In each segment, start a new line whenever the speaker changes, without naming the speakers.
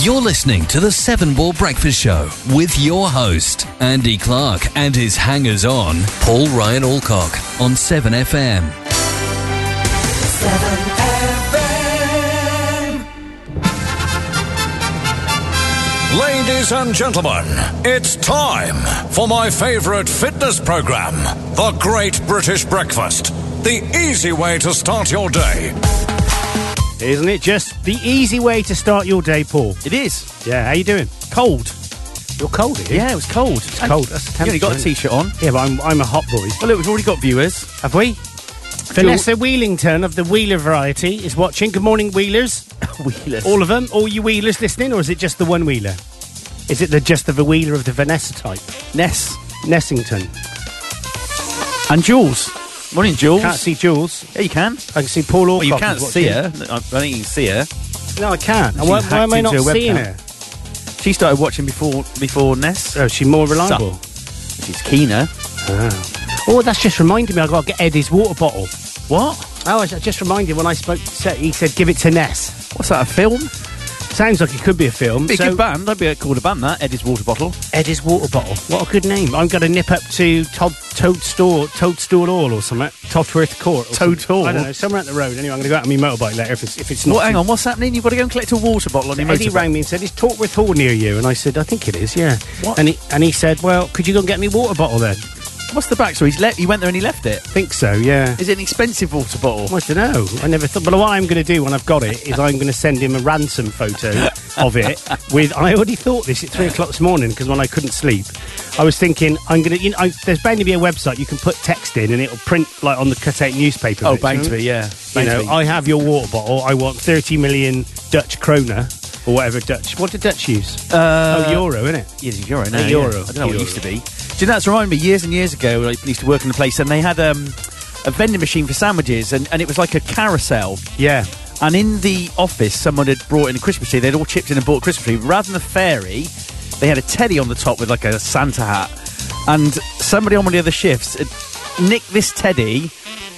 You're listening to the Seven Ball Breakfast Show with your host, Andy Clark, and his hangers on, Paul Ryan Alcock, on 7FM.
Ladies and gentlemen, it's time for my favorite fitness program, The Great British Breakfast. The easy way to start your day.
Isn't it just the easy way to start your day, Paul?
It is.
Yeah, how you doing? Cold. You're cold, are you?
Yeah, it was cold. It's
cold. That's the
You only got a
temperature,
t-shirt on.
Yeah, but I'm, I'm a hot boy.
Well, look, we've already got viewers.
Have we? Vanessa Wheelington of the Wheeler variety is watching. Good morning, Wheelers.
Wheelers.
All of them, all you Wheelers listening, or is it just the one Wheeler? Is it the just the Wheeler of the Vanessa type?
Ness
Nessington.
and Jules. Morning, Jules.
Can't see Jules.
Yeah, you can.
I can see Paul Orcock.
Well, you can't
is
see
watching.
her. I I think you can see her.
No, I can't.
She's
Why, why am I
hacked
not
into a
seeing
webcam.
her?
She started watching before before Ness.
Oh, is she more reliable?
She's keener.
Oh, that's just reminded me. I've got to get Eddie's water bottle.
What?
Oh, I was just reminded when I spoke to Seth, he said, give it to Ness.
What's that? A film?
Sounds like it could be a film.
Be a
so-
good band. That'd be called a band. That Eddie's water bottle.
Eddie's water bottle. What a good name. I'm going to nip up to Todd, Toadstool, Toadstool Hall or something. Todworth Court. or something.
Toadstool?
I don't know. Somewhere at the road. Anyway, I'm going to go out on my motorbike later if it's, if it's not.
Well, hang
too-
on. What's happening? You've got to go and collect a water bottle on your
uh, Eddie
motorbike.
rang me and said, is Tortworth Hall near you? And I said, I think it is, yeah.
What?
And he, and he said, well, could you go and get me water bottle then?
What's the backstory? He's le- he went there and he left it.
think so, yeah.
Is it an expensive water bottle?
I don't know. I never thought. But what I'm going to do when I've got it is I'm going to send him a ransom photo of it. With I already thought this at three o'clock this morning because when I couldn't sleep, I was thinking I'm going to. You know, I, there's bound to be a website you can put text in and it'll print like on the cutout newspaper.
Oh,
bits, you know?
Bangsby, yeah.
You
Bangsby.
know, I have your water bottle. I want 30 million Dutch kroner or whatever Dutch. What did Dutch use?
Uh,
oh, euro, innit?
Yeah, it's a euro now. yeah.
euro.
I don't know
Euro.
what it used to be. Do you know, that's reminded me, years and years ago, I used to work in a place and they had um, a vending machine for sandwiches and, and it was like a carousel.
Yeah.
And in the office, someone had brought in a Christmas tree. They'd all chipped in and bought a Christmas tree. Rather than a fairy, they had a teddy on the top with like a Santa hat. And somebody on one of the other shifts had nicked this teddy,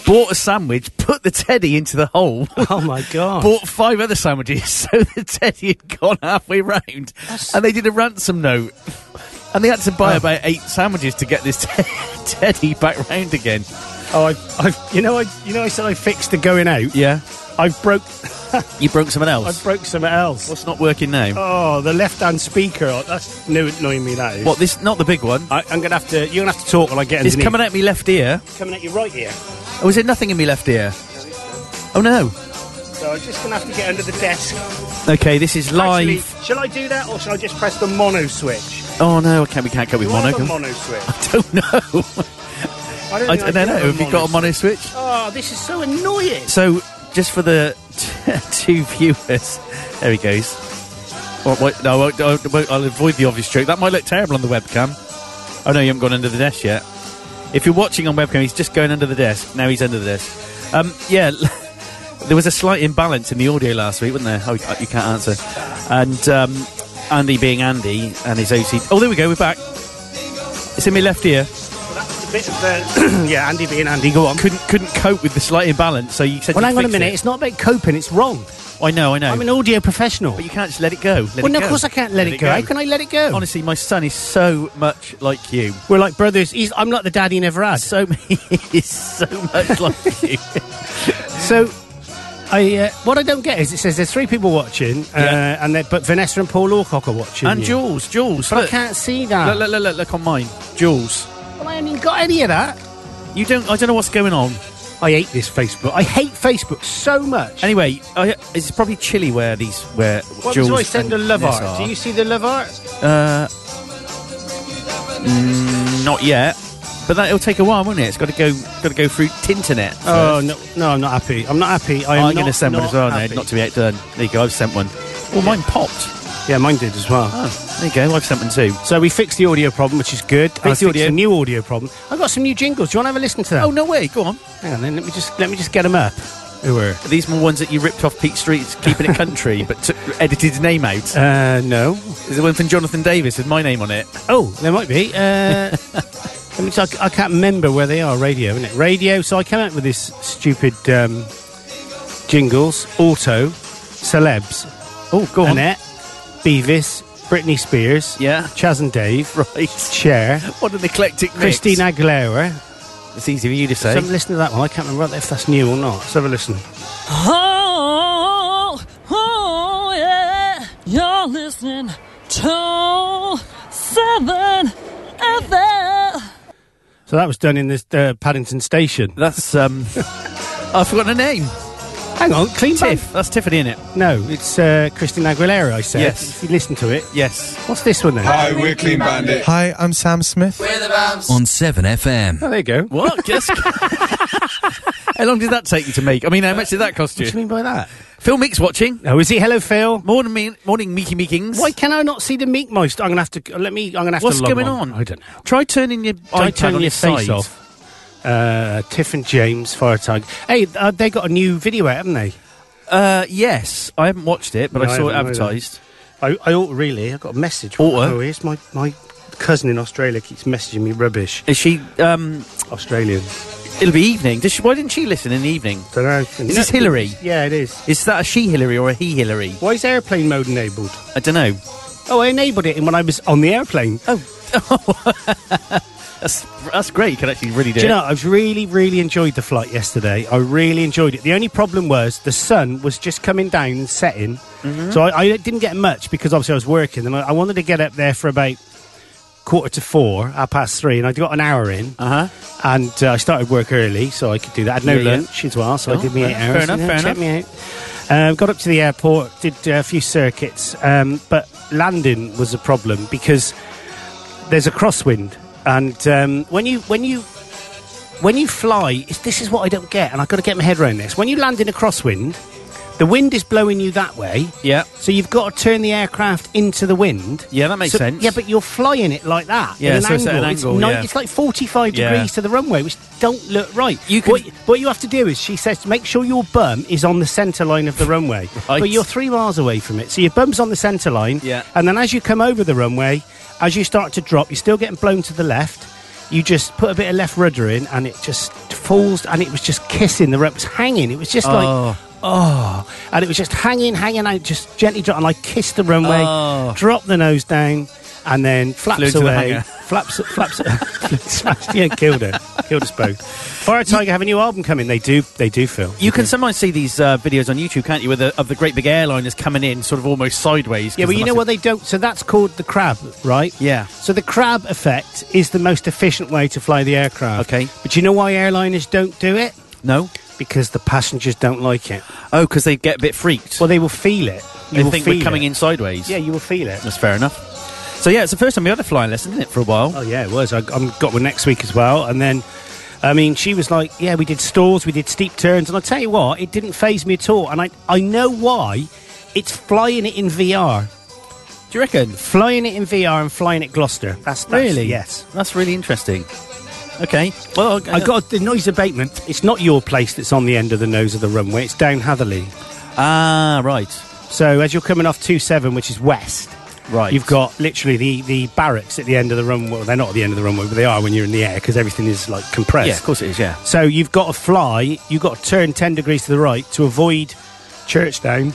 bought a sandwich, put the teddy into the hole.
Oh my god.
Bought five other sandwiches, so the teddy had gone halfway round, and they did a ransom note, and they had to buy about eight sandwiches to get this te- teddy back round again.
oh, I've, I've, you know, I, you know, I said I fixed the going out.
Yeah,
I've broke,
you broke someone
I
else.
broke something else.
What's not working now?
Oh, the left-hand speaker. Oh, That's new, annoying me. That is.
What this? Not the big one.
I, I'm gonna have to. You're gonna have to talk while I get.
It's
underneath.
coming out me left ear.
coming at you right here.
Oh, is there nothing in me left ear? Oh no.
So I'm just gonna have to get under the desk.
Okay, this is
Actually,
live.
shall I do that or shall I just press the mono switch?
Oh no, I can't. We can't go with
Do I have
mono.
a mono switch.
I don't know. I
think
don't know.
do
Have you got a mono switch?
Oh, this is so annoying.
So, just for the two viewers, there he goes. Oh, wait, no, I won't- I won't- I'll avoid the obvious joke. That might look terrible on the webcam. Oh no, you haven't gone under the desk yet. If you're watching on webcam, he's just going under the desk. Now he's under the desk. Um, yeah, there was a slight imbalance in the audio last week, wasn't there? Oh, you can't answer. And um, Andy being Andy and his OC. Oh, there we go. We're back. It's in my left ear.
That's a bit of the. yeah, Andy being Andy. Go on.
Couldn't couldn't cope with the slight imbalance, so you said.
Well,
you'd
hang on a
fix
minute. It's not about coping. It's wrong.
It. I know, I know.
I'm an audio professional.
But you can't just let it go. Let
well,
it
no,
go.
of course I can't let, it go. How can I let it go?
Honestly, my son is so much like you.
We're like brothers. He's, I'm like the daddy he never had.
So he is so much like you.
So, I uh, what I don't get is it says there's three people watching, uh,
Yeah.
and they're- but Vanessa and Paul Orcock are watching,
And
you.
Jules, Jules.
But I
look,
can't see that.
look, look, look, look, look on mine, Jules.
Well, I haven't even got any of that.
You don't. I don't know what's going on.
I hate this Facebook. I hate Facebook so much.
Anyway, I, it's probably chilly where these where
what
Jules.
do I send a
and
love
Ness
art?
are.
Do you see the love art?
Uh, mm, not yet. But that, it'll take a while, won't it? It's got to go. Got to go through Tinternet.
Oh no, no, I'm not happy. I'm not happy. I am
I'm going to Oh, send one as well now, not to be outdone. There you go. I've sent one. Well, mine popped.
yeah, mine did as well.
Oh, there you go. I've sent one too.
So we fixed the audio problem, which is good. I
the audio.
a new audio problem. I got some new jingles. Do you want to have a listen to them?
Oh no way! Go on.
hang on. Then let me just let me just get them up. Who were?
Are these more ones that you ripped off Pete Street's Keeping It Country, but took, edited his name out?
Uh, no.
Is there one from Jonathan Davis with my name on it?
Oh, there might be. Uh, let me just, I, I can't remember where they are. Radio, isn't it? Radio. So I came up with this stupid um, jingles. Auto, celebs,
Oh, go on.
Annette, Beavis, Britney Spears,
Yeah.
Chaz and Dave,
Right.
Cher,
What an eclectic mix.
Christine Aguilera.
It's easy for you to
So
say.
listen to that one. I can't remember if that's new or not. Let's have a listen.
Oh, oh, yeah. You're listening to 7 FM.
So that was done in this uh, Paddington Station.
That's, um... I've forgotten her name.
Hang on, clean
Tiff. That's Tiffany, in it?
No, it's uh, Christine Aguilera. I said.
Yes.
If you listen to it,
Yes.
what's this one then?
Hi, we're Clean Bandit.
Hi, I'm Sam Smith.
on 7FM.
Oh, there you go. What
What? Yes. how long did that take you to make? I mean, how much did that cost
do you
you?
mean by that?
Phil Meek's watching.
Oh, is he Hello Phil?
Morning, me- morning, Meeky Meekings.
Why can I not see the meat moist? I'm gonna have to. Let me. I'm gonna have
What's
to. log
going on?
I don't know.
Try turning your
Don't
iPad
turn
on
your
its
face
side.
off. Uh, Tiff and James Firetag. Hey, uh, they got a new video out, haven't they?
Uh, yes, I haven't watched it, but
No,
I
I
saw it
haven't either.
advertised.
I, I ought really. I got a message.
Oughta?
Oh, here's my my cousin in Australia keeps messaging me rubbish.
Is she? Um,
Australian.
it'll be evening. Does she, why didn't she listen in the evening?
Don't know.
Is this Hillary?
Yeah, it is.
Is that a she Hillary or a he Hillary?
Why is airplane mode enabled?
I don't know.
Oh, I enabled it when I was on the airplane.
That's that's great. You can actually really do,
Do you
it.
know, I've really, really enjoyed the flight yesterday. I really enjoyed it. The only problem was the sun was just coming down and setting.
Mm-hmm.
So I, I didn't get much because obviously I was working and I, I wanted to get up there for about quarter to four, half past three, and I got an hour in.
Uh huh.
And uh, I started work early, so I could do that. I had no
Yeah, yeah.
lunch as well, so
Oh,
I did me eight
fair-
hours.
fair enough,
Yeah,
fair
check me out. Um, got up to the airport, did uh, a few circuits, um, but landing was a problem because there's a crosswind, and um, when you when you when you fly, it's, this is what I don't get, and I've got to get my head around this. When you land in a crosswind, the wind is blowing you that way.
Yeah.
So you've got to turn the aircraft into the wind.
Yeah, that makes
So-
sense.
Yeah, but you're flying it like that.
Yeah,
at an
so it's
angle.
at an
It's
angle,
nine-
yeah.
it's like 45
Yeah.
degrees to the runway, which don't look right.
You can-
what, what you have to do is, she says, make sure your bum is on the centre line of the runway.
Right.
But you're three miles away from it. So your bum's on the centre line.
Yeah.
And then as you come over the runway, as you start to drop, you're still getting blown to the left. You just put a bit of left rudder in and it just falls and it was just kissing the rope. It was hanging. It was just like, oh. And it was just hanging, hanging out, just gently dropping. And I kissed the runway,
Oh.
dropped the nose down, and then flaps
into the
away.
hangar.
Flaps, flaps, flaps. Yeah, killed it. Killed us both. Fire Tiger have a new album coming. They do, they do, Phil.
You can sometimes see these uh, videos on YouTube, can't you? Where the, of the great big airliners coming in, sort of almost sideways.
Yeah,
'cause
well, you
the
know what
massive-
they don't. So that's called the crab, right?
Yeah.
So the crab effect is the most efficient way to fly the aircraft.
Okay.
But you know why airliners don't do it?
No.
Because the passengers don't like it.
Oh, because they get a bit freaked.
Well, they will feel it. You
they
will
think
feel
we're coming
it.
in sideways.
Yeah, you will feel it.
That's fair enough. So yeah, it's the first time we had a flying lesson, isn't it, for a while?
Oh yeah, it was. I, I'm got one next week as well, and then. I mean, she was like, "Yeah, we did stalls, we did steep turns," and I tell you what, it didn't phase me at all. And I, I know why. It's flying it in VR,
Do you reckon?
flying it in VR, and flying at Gloucester. That's, that's
Really?
yes.
That's really interesting. Okay. Well,
I got the noise abatement. It's not your place that's on the end of the nose of the runway. It's down Hatherley.
ah right,
So as you're coming off 27, which is west,
right.
you've got literally the, the barracks at the end of the runway. Well, they're not at the end of the runway, but they are when you're in the air because everything is like compressed.
yeah, of course it is. Yeah.
So you've got to fly. You've got to turn 10 degrees to the right to avoid Churchdown,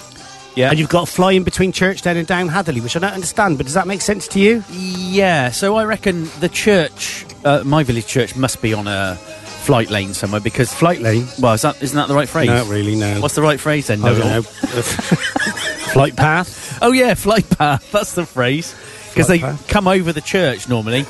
Yeah.
and you've got to fly in between Churchdown and down Hatherley, which I don't understand. But does that make sense to you?
yeah. So I reckon the church, uh, my village church, must be on a flight lane somewhere because
Flight lane?
Well, is that isn't that the right phrase?
Not really. No.
What's the right phrase then?
I
Noel?
don't know. Flight path.
Oh yeah, flight path. That's the phrase because
Flight
they
path.
come over the church normally.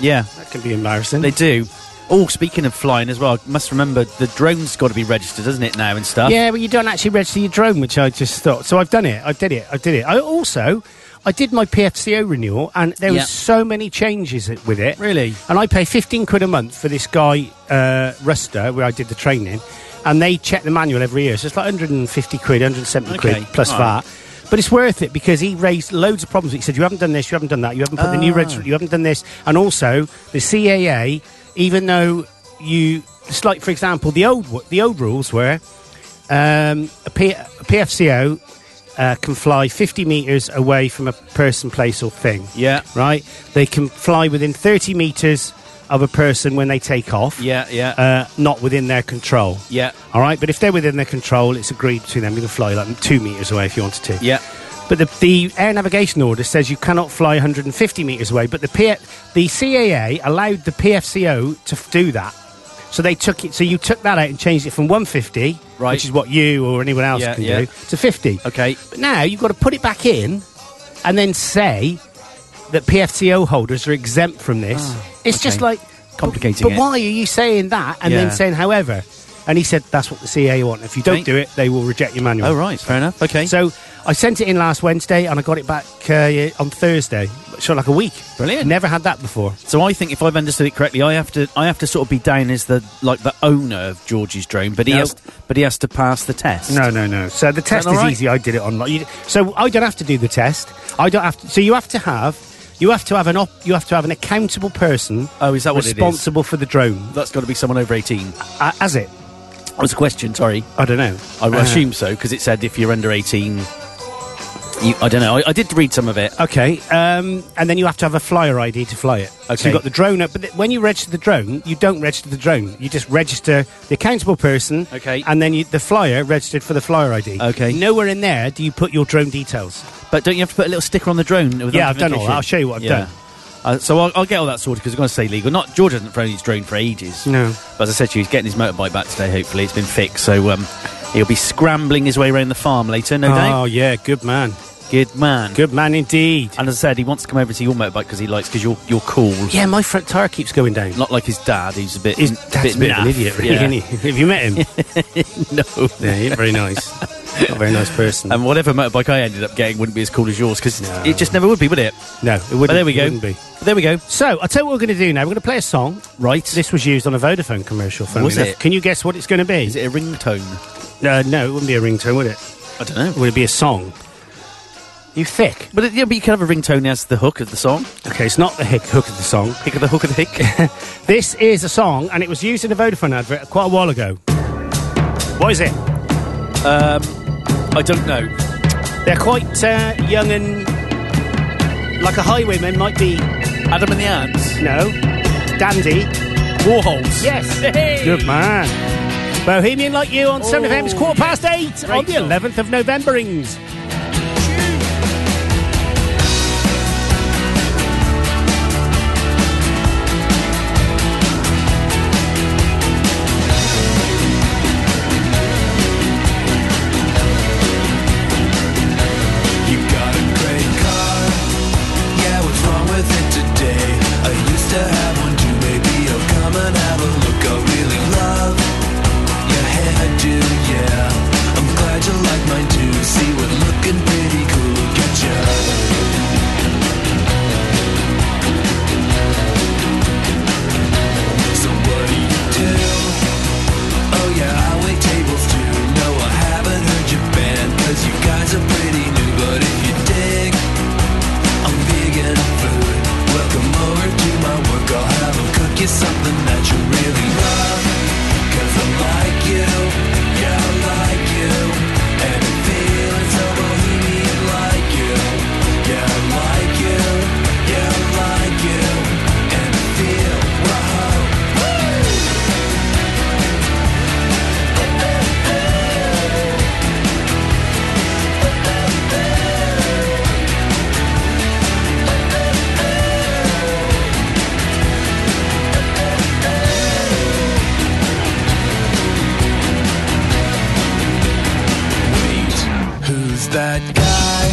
Yeah.
That can be embarrassing.
They do. Oh, speaking of flying as well, must remember the drone's got to be registered, doesn't it now and stuff?
Yeah, but you don't actually register your drone, which I just thought. So I've done it. I did it. I did it. I also, I did my PFCO renewal, and there
Yeah.
was so many changes with it.
Really?
And I pay fifteen quid a month for this guy uh, Ruster, where I did the training, and they check the manual every year. So it's like hundred and fifty quid, hundred and seventy
Okay,
quid plus
alright.
VAT. But it's worth it because he raised loads of problems. He said, "You haven't done this. You haven't done that. You haven't put the new
Ah.
register. You haven't done this." And also, the CAA, even though you, it's like for example, the old w- the old rules were um, a, P- a PFCO uh, can fly 50 metres away from a person, place, or thing.
Yeah.
Right? They can fly within 30 metres of a person when they take off.
Yeah, yeah.
Uh, not within their control.
Yeah.
All right? But if they're within their control, it's agreed between them. You can fly like two metres away if you wanted to.
Yeah.
But the, the air navigation order says you cannot fly 150 metres away. But the P- the CAA allowed the PFCO to f- do that. So they took it. So you took that out and changed it from 150,
Right.
which is what you or anyone else
Yeah,
can
yeah.
do, to 50.
Okay.
But now you've got to put it back in, and then say that PFCO holders are exempt from this. it's just
Ah, okay.
like
Complicating
But
it.
why are you saying that and then
Yeah.
saying however? And he said that's what the CAA want. If you don't
Okay.
do it, they will reject your manual.
Oh, right. Fair enough. Okay.
So I sent it in last Wednesday and I got it back uh, yeah, on Thursday. So like a week.
Brilliant.
Never had that before.
So I think if I've understood it correctly, I have to I have to sort of be down as the like the owner of George's drone, but he
No.
has but he has to pass the test.
No, no, no. So the test
all
is
right?
easy. I did it online. You- So I don't have to do the test. I don't have to. So you have to have. You have to have an op, you have to have an accountable person.
Oh, is that what it is?
responsible for the drone?
That's got to be someone over eighteen.
Uh, as it,
That was a question. Sorry,
I don't know.
I
Uh,
assume so because it said if you're under eighteen, you, I don't know. I, I did read some of it.
Okay, um, and then you have to have a flyer ID to fly it. So
Okay.
you've got the drone up, but th- when you register the drone, you don't register the drone. You just register the accountable person.
Okay.
And then you, the flyer registered for the flyer ID.
Okay.
Nowhere in there do you put your drone details.
But don't you have to put a little sticker on the drone? with
Yeah, I've done all
identification?
that. I'll show you what I've done.
Uh, so I'll, I'll get all that sorted because I'm going to stay legal. Not George hasn't thrown his drone for ages.
No.
But as I said to you, he's getting his motorbike back today. Hopefully, it's been fixed. So um, he'll be scrambling his way around the farm later. No
Oh,
doubt.
yeah, good man.
Good man.
Good man indeed.
And as I said, he wants to come over to your motorbike because he likes because you're you're cool.
Yeah, my front tyre keeps going down.
Not like his dad, who's a bit
He's,
a
that's a bit of an
naff.
idiot, really,
Yeah.
isn't he? Have you met him?
no. Um,
yeah, he ain't very nice. Not a very nice person.
And whatever motorbike I ended up getting wouldn't be as cool as yours because
No.
it just never would be, would it?
no, it wouldn't,
But there we
it
go.
wouldn't be.
But there we go.
So, I'll tell you what we're going to do now. We're going to play a song.
Right.
This was used on a Vodafone commercial. funnily
Was
enough.
it?
Can you guess what it's going to be?
is it a ringtone?
Uh, no, it wouldn't be a ringtone, would it?
I don't know.
Would it be a song? You thick.
But it, yeah, but you can have a ringtone as the hook of the song.
Okay, it's not the hick, hook of the song.
Pick of the hook of the hick.
This is a song, and it was used in a Vodafone advert quite a while ago. What is it?
I don't know.
They're quite uh, young and like a highwayman might be.
Adam and the Ants.
No, dandy.
Warhols.
Yes.
Hey!
Good man. Bohemian like you on Seven
Oh.
FM's quarter past eight on
Great
the
song.
eleventh of Novemberings.
You got a great car. Yeah, what's wrong with it today? I used to have one too. Maybe I'll come and have a look. I really love your hairdo. Yeah, I'm glad you like mine too. See, we're looking pretty cool. Get ya. So what do you do? Oh yeah, I wait tables too. No, I haven't heard your band, cause you guys are pretty new. But if you dig, I'm vegan food. Welcome over to my work, I'll have them cook you something that you really love. Cause I like you, yeah, I like you. And it feels so bohemian like you. Yeah, I like you, yeah, I like you. And it feels, whoa, woo! Wait, who's that guy?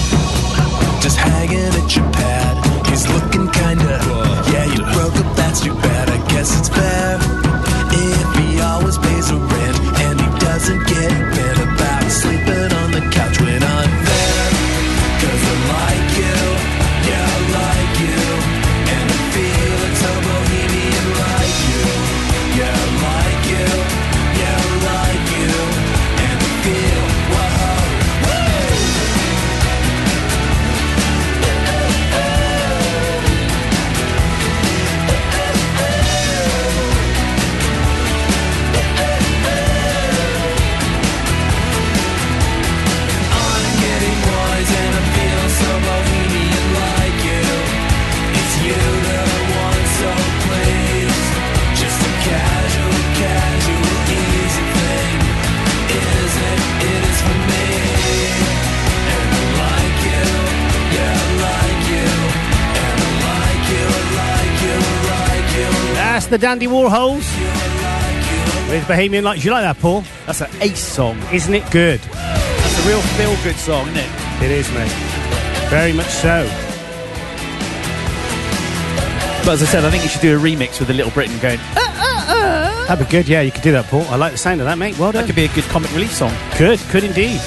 Just hanging at your pad. He's looking kinda. Yeah, you broke up, that's too bad. I guess it's fair. If he always pays the rent and he doesn't get bent about sleeping on the couch when I'm there. Cause I like you, yeah, I like you. And I feel it's so bohemian like you. Yeah, I like you, yeah, I like you. And I feel, whoa, whoa.
Thank
Yes, the Dandy Warhols. With Bohemian Lights. You like that, Paul?
That's an ace song.
Isn't it good?
That's a real feel good song, isn't it?
It is, mate. Very much so.
But as I said, I think you should do a remix with a Little Britain going. "Ah,
That'd be good. Yeah, you could do that, Paul. I like the sound of that, mate. Well done.
That could be a good comic relief song.
Could, could indeed.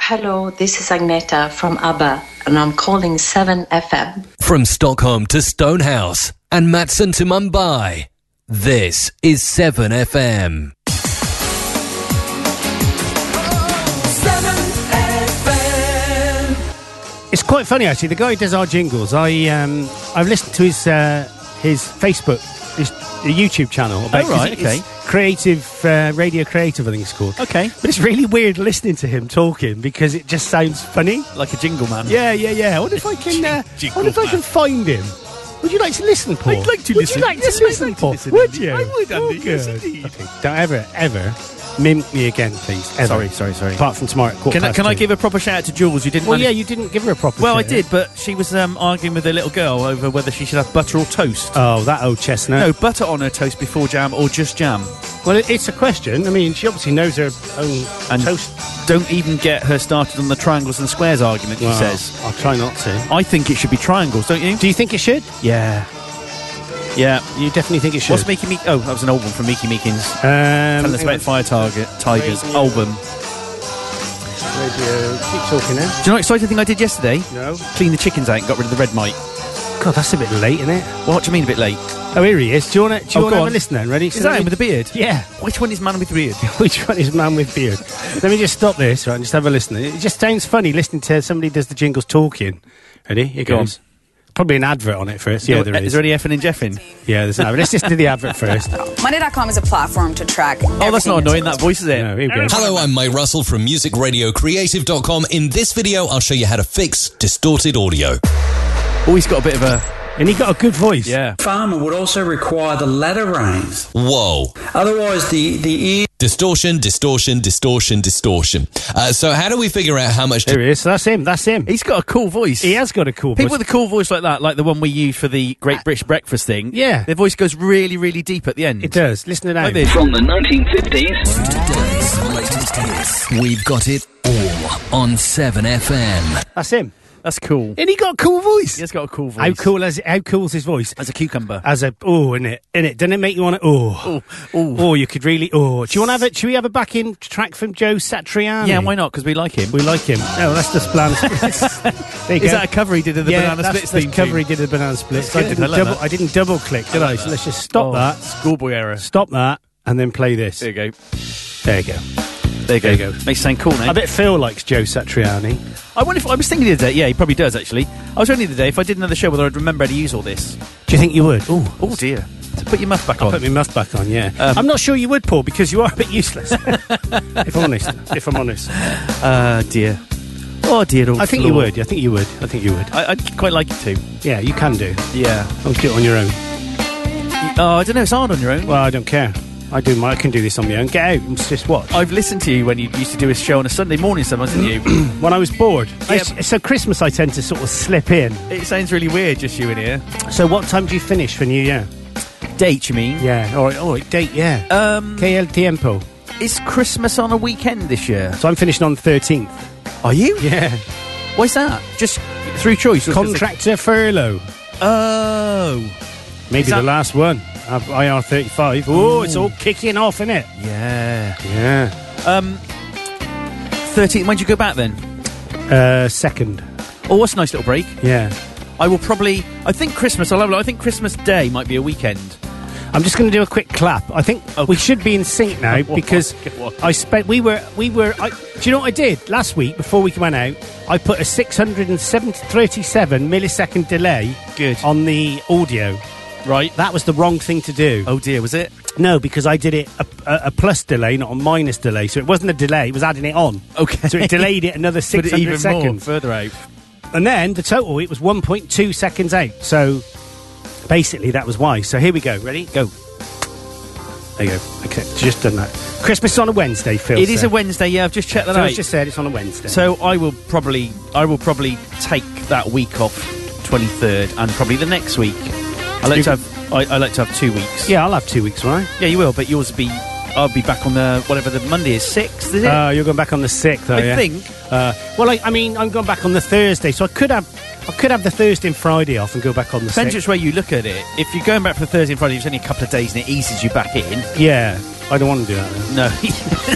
Hello, this is Agneta from ABBA, and I'm calling 7FM.
From Stockholm to Stonehouse and Matson to Mumbai, this is 7FM.
7FM.
It's quite funny actually. The guy who does our jingles, I um, I've listened to his uh, his Facebook, his YouTube channel. About,
Oh, right,
it's- it's
okay.
creative uh, radio creative, I think it's called.
Okay.
But it's really weird listening to him talking because it just sounds funny.
Like a jingle man.
Yeah, yeah, yeah. I wonder if I can. Uh, I
Jingle
wonder if I
man.
can find him. Would you like to listen, Paul?
I'd like to
would
listen.
you like to
Yes, I'd
listen,
like to
Paul?
listen,
would
Andy.
you?
I would,
Oh,
Andy. Yes,
good.
indeed.
Okay. Don't ever, ever mimic me again, please. Ever.
Sorry, sorry, sorry.
Apart from tomorrow. at quarter
Can I,
past
can I
two.
give a proper shout out to Jules? You didn't.
Well,
manage-
yeah, you didn't give her a proper.
Well, I
shout.
did, but she was um, arguing with a little girl over whether she should have butter or toast.
Oh, that old chestnut.
no, butter on her toast before jam or just jam.
Well, it, it's a question. I mean, she obviously knows her own
And
toast.
don't even get her started on the triangles and squares argument,
Well,
she says.
I'll try not to.
I think it should be triangles, don't you?
Do you think it should?
Yeah. Yeah.
You definitely think it should.
What's Mickey Meek? Oh, that was an old one from Mickey Meekins.
um,
Tell us about Fire Target, Tigers,
Radio.
album.
radio. Keep talking now.
Do you know what exciting thing I did yesterday?
No.
Clean the chickens out and got rid of the red mite.
God, that's a bit late, isn't it?
Well, what do you mean a bit late?
Oh, here he is. Do you want to? Do you want to
Oh, go
have
on.
a listen then? Ready?
Is that him with a beard?
Yeah.
Which one is man with beard?
Which one is man with beard? Let me just stop this, right? And just have a listen. It just sounds funny listening to somebody does the jingles talking. Ready? Here
Go on. uh,
goes. Probably an advert on it first. Yeah, there is.
Is there any effing and jeffing?
yeah, there's an advert. Let's just do the advert first.
Money.com is a platform to track.
Oh, that's not annoying. That voice is it.
No, here we go.
Hello, I'm May Russell from musicradiocreative.com. In this video, I'll show you how to fix distorted audio.
Oh, he's got a bit of a
And he got a good voice.
yeah.
Farmer would also require the ladder reins.
Whoa.
Otherwise, the, the ear
Distortion, distortion, distortion, distortion. Uh, so, how do we figure out how much
There he is. So that's him. That's him.
He's got a cool voice.
He has got a cool
People
voice.
with a cool voice like that, like the one we use for the Great British Breakfast thing.
Yeah.
Their voice goes really, really deep at the end.
It does. Listen to that.
Like this.
From the 1950s,
today's latest hits? We've got it all on 7FM.
That's him.
That's cool.
And he got a cool voice.
He's got a cool voice.
How cool is how cool's his voice?
As a cucumber.
As a oh, in it, in it. Doesn't it make you want to oh,
ooh.
oh? You could really oh. Do you want to have it? Should we have a backing track from Joe Satriani?
yeah, why not? Because we like him.
We like him. No, that's the plan. there you
Is
go.
that a cover he did of the
yeah,
Banana
that's,
Splits
that's
theme?
cover he did of the banana splits. I Oh.
good.
didn't
I like
double.
that.
I didn't double click, did I? So let's just stop that.
Oh, Schoolboy era.
Stop that, and then play this.
There you go.
There you go.
There you
There
go.
you go.
Makes it sound cool now.
I bet Phil likes Joe Satriani.
I wonder if I was thinking the other day. Yeah, he probably does actually. I was wondering the other day if I did another show whether I'd remember how to use all this.
Do you think you would? Oh,
Oh dear. To put your muff back
I'll
on.
put my muff back on, yeah. I'm not sure you would, Paul, because you are a bit useless. if I'm honest. If I'm honest.
Ah dear. Oh dear.
I think you would. I think you would. I think you would.
I, I'd quite like you to.
Yeah, you can do.
Yeah.
Don't do it on your own.
Oh, I don't know. It's hard on your own.
Well, I don't care. I do. My, I can do this on my own. Get out. It's just what?
I've listened to you when you used to do a show on a Sunday morning sometimes, didn't you?
When I was bored. I
Yeah,
s-
but-
so Christmas, I tend to sort of slip in.
it sounds really weird, just you in here.
So what time do you finish for New Year?
Date, you mean?
Yeah. All right. All right. Date. Yeah.
Um,
KL Tiempo.
is Christmas on a weekend this year?
So I'm finishing on the 13th.
Are you?
Yeah.
Why's that? Just through choice? or 'cause
Contractor furlough.
they- Oh.
Maybe
that-
the last one. IR 35. Oh, it's all kicking off, isn't it?
Yeah.
Yeah.
Um, 13th, when'd you go back then?
Uh, second.
Oh, what's a nice little break.
Yeah.
I will probably. I think Christmas. I'll have. a look. I think Christmas Day might be a weekend.
I'm just going to do a quick clap. I think we should be in sync now
Go on,
because
go on.
I spent. We were. We were. I, do you know what I did last week before we went out? I put a 637 millisecond delay
Good.
on the audio.
Right.
That was the wrong thing to do.
Oh dear, was it?
No, because I did it a, a, a plus delay, not a minus delay. So it wasn't a delay; it was adding it on.
Okay.
So it delayed it another
Put
six
it
hundred
even more
seconds,
further out.
and then the total it was one point two seconds out. So basically, that was why. So here we go. Ready? Go. There you go. Okay, just done that. Christmas is on a Wednesday, Phil.
It is
said.
a Wednesday. Yeah, I've just checked that
Phil
out.
just said it's on a Wednesday.
So I will probably I will probably take that week off, twenty third, and probably the next week. I like
You
to have I, I like to have two weeks.
yeah, I'll have two weeks, right?
yeah, you will, but yours will be I'll be back on the whatever the Monday is sixth, is it?
Uh, you're going back on the sixth,
I think.
Uh, well, I, I mean, I'm going back on the Thursday, so I could have, I could have the Thursday and Friday off and go back on the
Depends
sixth.
which way you look at it. If you're going back for Thursday and Friday, it's only a couple of days and it eases you back in.
Yeah, I don't want to do that. Then.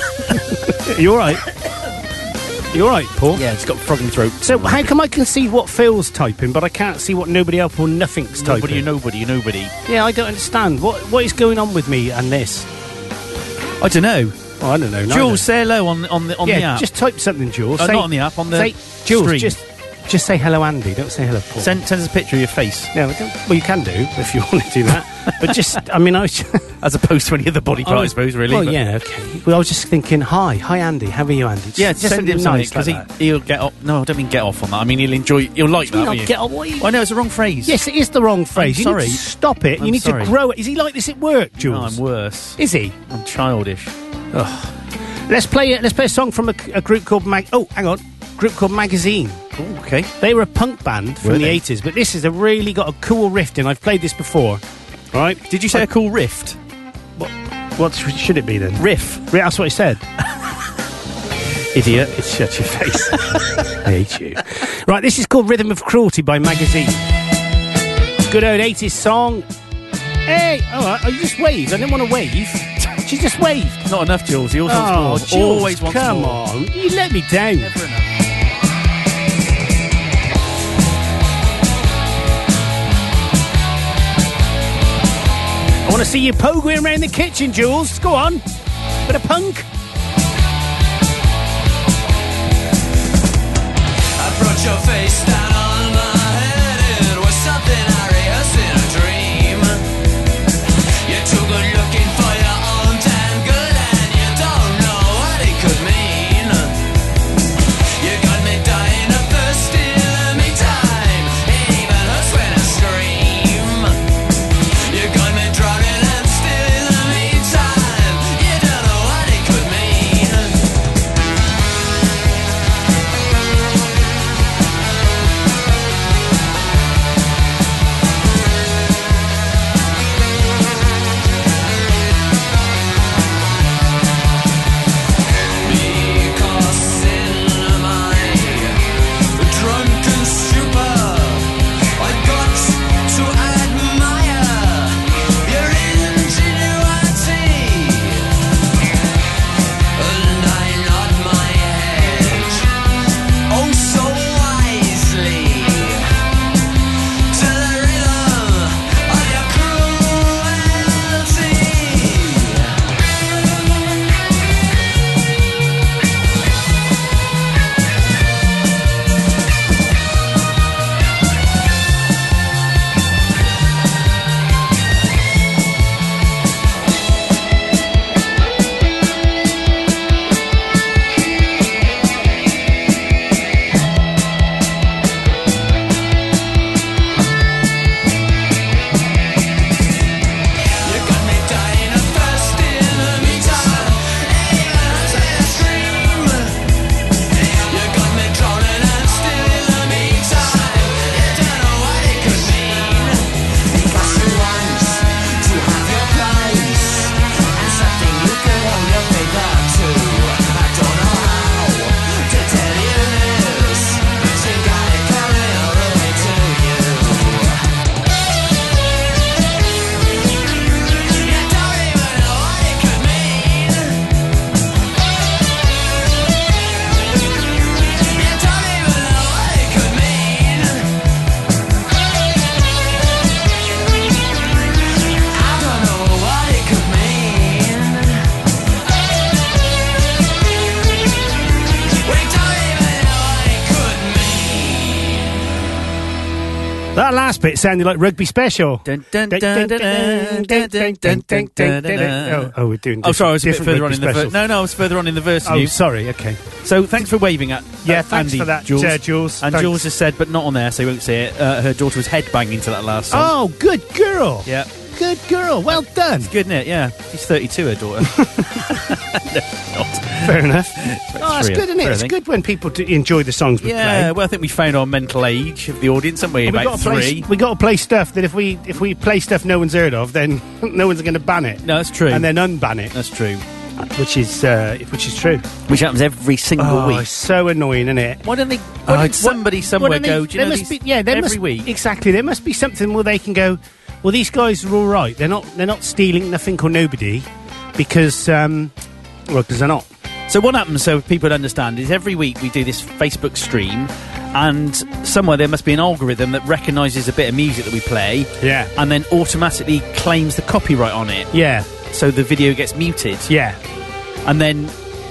No,
You're right. You're right, Paul.
yeah, it's got frog in throat.
So how come I can see what Phil's typing, but I can't see what nobody else or nothing's
Nobody,
typing?
nobody, nobody.
Yeah, I don't understand. What what is going on with me and this?
I don't know.
Oh, I don't know. neither.
Jules, say hello on on the on
yeah,
the app.
just type something, Jules.
Oh,
Say-
not on the app, on the
say, Jules,
stream.
just just say hello, Andy. Don't say hello, Paul.
send send us a picture of your face
no, I don't- well, you can do if you want to do that. but just, I mean, I was.
as opposed to any other body part, I,
was-
suppose. Really.
Oh, Well,
but-
yeah, okay. Well, I was just thinking, hi, hi, Andy. How are you, Andy? Just,
Yeah,
just
send him
something
something
nice like
because
that.
he, he'll get off. No, I don't mean get off on that. I mean he'll enjoy. He'll like
You
that.
know,
won't you?
get on, what are you-
I know it's the wrong phrase.
Yes, it is the wrong phrase. You need to
sorry.
stop it.
I'm
you need
sorry.
to grow it. Is he like this at work,
No,
Jules?
Oh, I'm worse.
is he?
I'm childish.
Let's play. Let's play a song from a, a group called Mag. Oh, hang on, group called Magazine.
Ooh, okay.
They were a punk band from
Were
the
they?
eighties, but this has a really got a cool riff in. I've played this before. Right?
Did you say a cool rift?
What sh- should it be then? Riff.
Riff.
That's what I said. Idiot! It's shut your face. I hate you. Right, this is called Rhythm of Cruelty by Magazine. Good old eighties song. Hey, all right. Oh, you just waved. I didn't want to wave. She just waved.
Not enough, Jules. He always
Oh,
wants more.
Jules,
always wants
come
more.
on. You let me down.
Never enough.
I want to see you pogoing around the kitchen, Jules. Go on. Bit of punk.
I brought your face down on my head. It was something I rehearsed in a dream. You're too good looking for your own damn good, and you don't know what it could mean. You got me dying of thirst in the meantime. It even hurts when I scream. You got me drowning and still in the meantime. You don't know what it could mean. Because in my drunken stupor, I got to admire your ingenuity, and I nod my head oh so wisely to the rhythm of your cruelty. You got me dying of thirst in the meantime. scream. You got me drowning and still in the meantime. You don't know what it could mean. Because you want to have your place and something you can hold your finger to. I don't know how to tell you this, but you got it coming all the way to you. You don't even know what it could mean. You don't even know what it could mean. I don't know what it could mean. We don't even know what it could mean.
That last bit sounded like rugby special.
Dun, dun, dun, dun, dun, dun, dun, dun, dun, dun,
Oh,
dun.
oh, we're doing.
Oh, sorry, I was a bit
different
further on in
rugby
the verse.
specials.
No, no, I was further on in the verse. than
Oh,
you.
sorry. Okay.
So thanks for waving at.
Yeah,
at
thanks
Andy,
for that,
Jules.
uh, Jules.
And
Thanks.
Jules has said, but not on there, so he won't say it. Uh, her daughter was headbanging to that last song.
Oh, good girl.
Yeah.
good girl. Well done.
It's good, isn't it? Yeah. She's 32, her daughter.
Fair enough.
About
Oh, it's
three,
good, isn't
I
it? It's
think.
good when people do enjoy the songs we
Yeah,
play.
well, I think we found our mental age of the audience, haven't we?
And we
About
gotta play-
three.
we got to play stuff that if we if we play stuff no one's heard of, then no one's going to ban it.
No, that's true.
And then unban it,
That's true.
which is uh, which is true.
Which happens every single
Oh,
week.
it's so annoying, isn't it?
Why don't they?
Oh,
Why don't
it's-
somebody
Well,
somewhere
then
go?
they-
Do you
there
know
must
these,
be, yeah, there
every
must,
week.
Exactly. There must be something where they can go, well, these guys are all right. They're not, they're not stealing nothing or nobody because, um, well, because they're not.
So what happens, so people understand, is every week we do this Facebook stream, and somewhere there must be an algorithm that recognises a bit of music that we play,
Yeah.
and then automatically claims the copyright on it,
Yeah.
so the video gets muted,
Yeah.
and then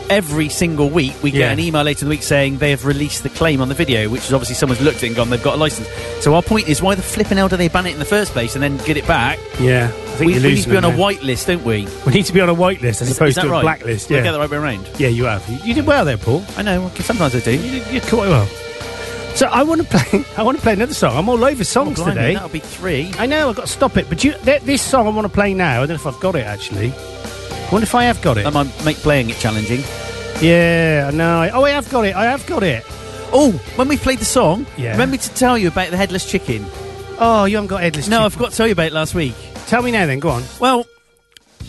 every single week we get
Yeah.
an email later in the week saying they have released the claim on the video, which is obviously someone's looked at it and gone, they've got a license. So our point is, why the flipping hell do they ban it in the first place and then get it back?
Yeah. I think
We,
you're
we need to
losing
be on a
them there.
whitelist, don't we?
We need to be on a white list as
Is- is
opposed
that
to a
right?
blacklist.
Did I
Yeah.
get the right way around.
Yeah, you have. You, you did well there, Paul.
I know. okay, Sometimes I do.
You did, you did quite well. So I want to play. I want to play another song. I'm all over songs
Blimey,
today.
That'll be three.
I know I've got to stop it, but you, th- this song I want to play now. I don't know if I've got it actually. I wonder if I have got it.
That might make playing it challenging.
Yeah, no. I, oh, I have got it. I have got it.
Oh, when we played the song,
Yeah.
remember to tell you about the headless chicken.
Oh, you haven't got headless.
No,
chicken.
I've got to tell you about it last week.
tell me now. Then go on.
Well,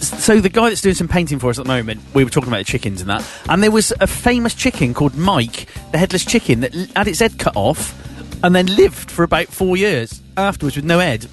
so the guy that's doing some painting for us at the moment, we were talking about the chickens and that, and there was a famous chicken called Mike, the headless chicken, that l- had its head cut off and then lived for about four years afterwards with no head.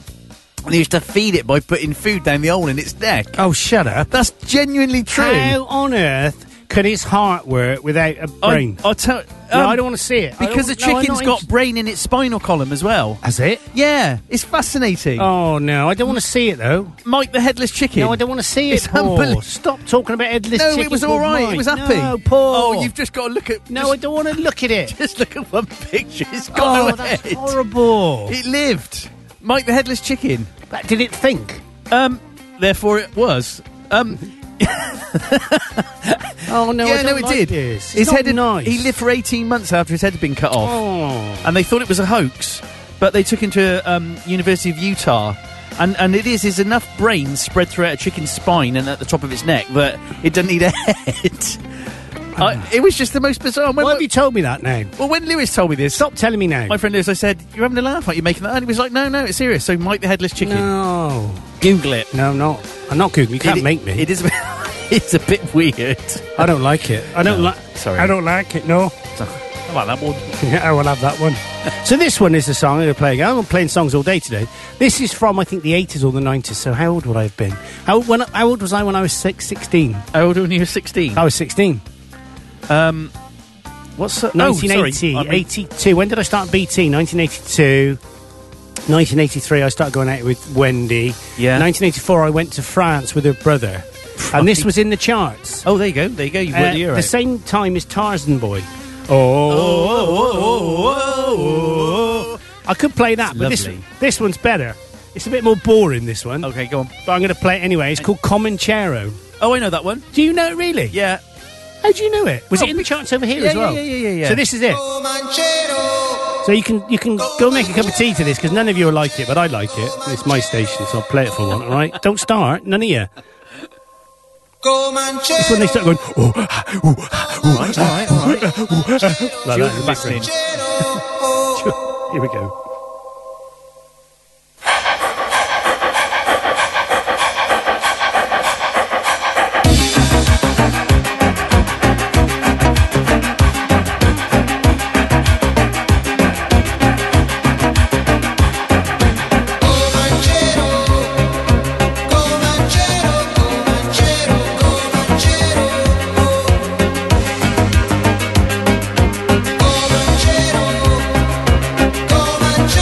And he used to feed it by putting food down the hole in its neck.
Oh, shut up.
That's genuinely true.
How on earth could his heart work without a brain?
I, I'll tell.
no,
um,
I don't want to see it I
Because the
don't- no, I'm
chicken's
not
got
inter-
brain in its spinal column as well.
Has it?
Yeah, it's fascinating.
Oh no, I don't want to see it though.
Mike the headless chicken.
No, I don't want to see it. Oh.
It's
Paul.
unbelievable.
Stop talking about headless
No,
chicken.
it was
called
all right.
Mike.
It was happy.
No, Paul.
Oh, you've just got to look at.
no,
just,
I don't want to look at it.
just look at one picture. It's got
oh,
no
that's
head.
horrible.
It lived. Mike the headless chicken.
But Did it think?
Um, therefore it was. Um,
Oh no, I
yeah,
don't
no, it
like
did.
This.
His
It's not
head. had-
nice.
He lived for eighteen months after his head had been cut off.
Oh.
and they thought it was a hoax, but they took him to um, University of Utah. And, and it is is enough brain spread throughout a chicken's spine and at the top of its neck that it doesn't need a head. I, it was just the most bizarre. When,
Ah. Why have you told me that now?
well, when Lewis told me this,
Stop telling me now.
my friend Lewis, I said, "You're having a laugh, aren't you? Making that?" And he was like, "No, no, it's serious." So Mike the headless chicken.
No.
Google it.
No, I'm not. I'm not Google. You can't
It-
make me.
It is. a bit- it's a bit weird.
I don't like it. I don't like.
sorry.
I don't like it. No.
I like that one.
I will have that one. so this one is the song I'm playing. I'm playing songs all day today. This is from I think the 80s or the 90s. So how old would I have been? How, when, how old was I when I was six, 16?
How old were you when you were 16?
I was 16.
What's oh, that?
1980, 82. When did I start BT? 1982. 1983, I started going out with Wendy.
Yeah.
1984, I went to France with her brother. And this was in the charts.
Oh, there you go. There you go. You've
Uh,
worked the year
the
out.
same time as Tarzan Boy. Oh,
Oh,
I could play that, but this,
lovely.
this one's better. It's a bit more boring, this one.
oh. Okay, go on.
But I'm going to play it anyway. It's called Comanchero.
Oh, I know that one.
Do you know it really?
Yeah.
How do you know it? Was
Oh,
it in the
bec-
charts over here
yeah,
as
yeah,
well?
yeah, yeah, yeah, yeah.
So this is it. So you can you can go make a cup of tea to this because none of you will like it, but I like it. It's my station, so I'll play it for one. All right, don't start, none of you. It's when they start going. Oh, ah, ooh, ah, ooh, ah, ooh, ah, ooh, ah, like that in the background. Here we go.
Comanchero,
Oh,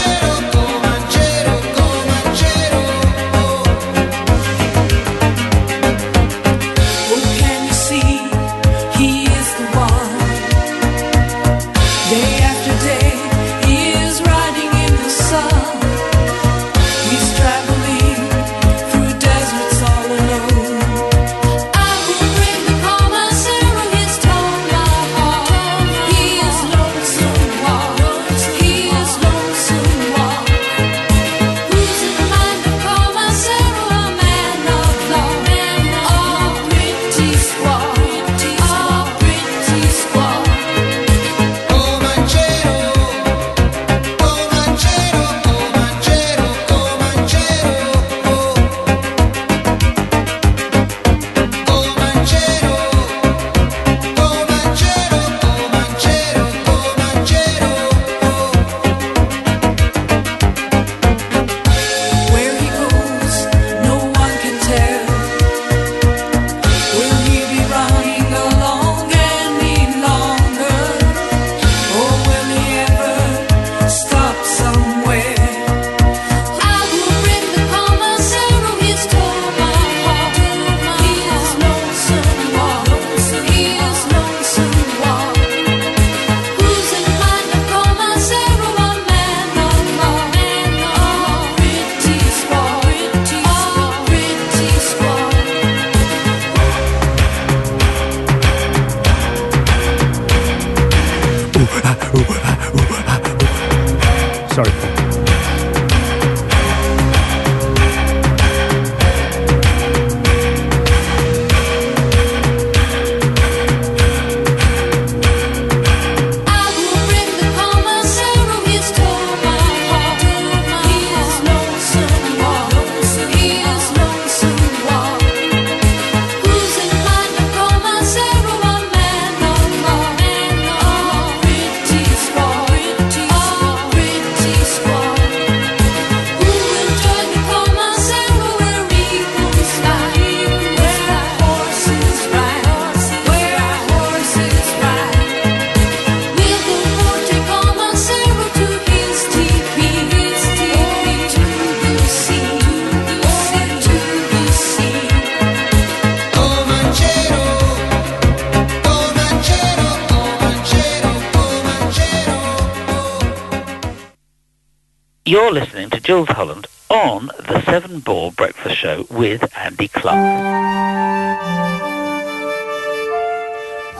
You're listening to Jules Holland on the Seven Ball Breakfast Show with Andy Clark.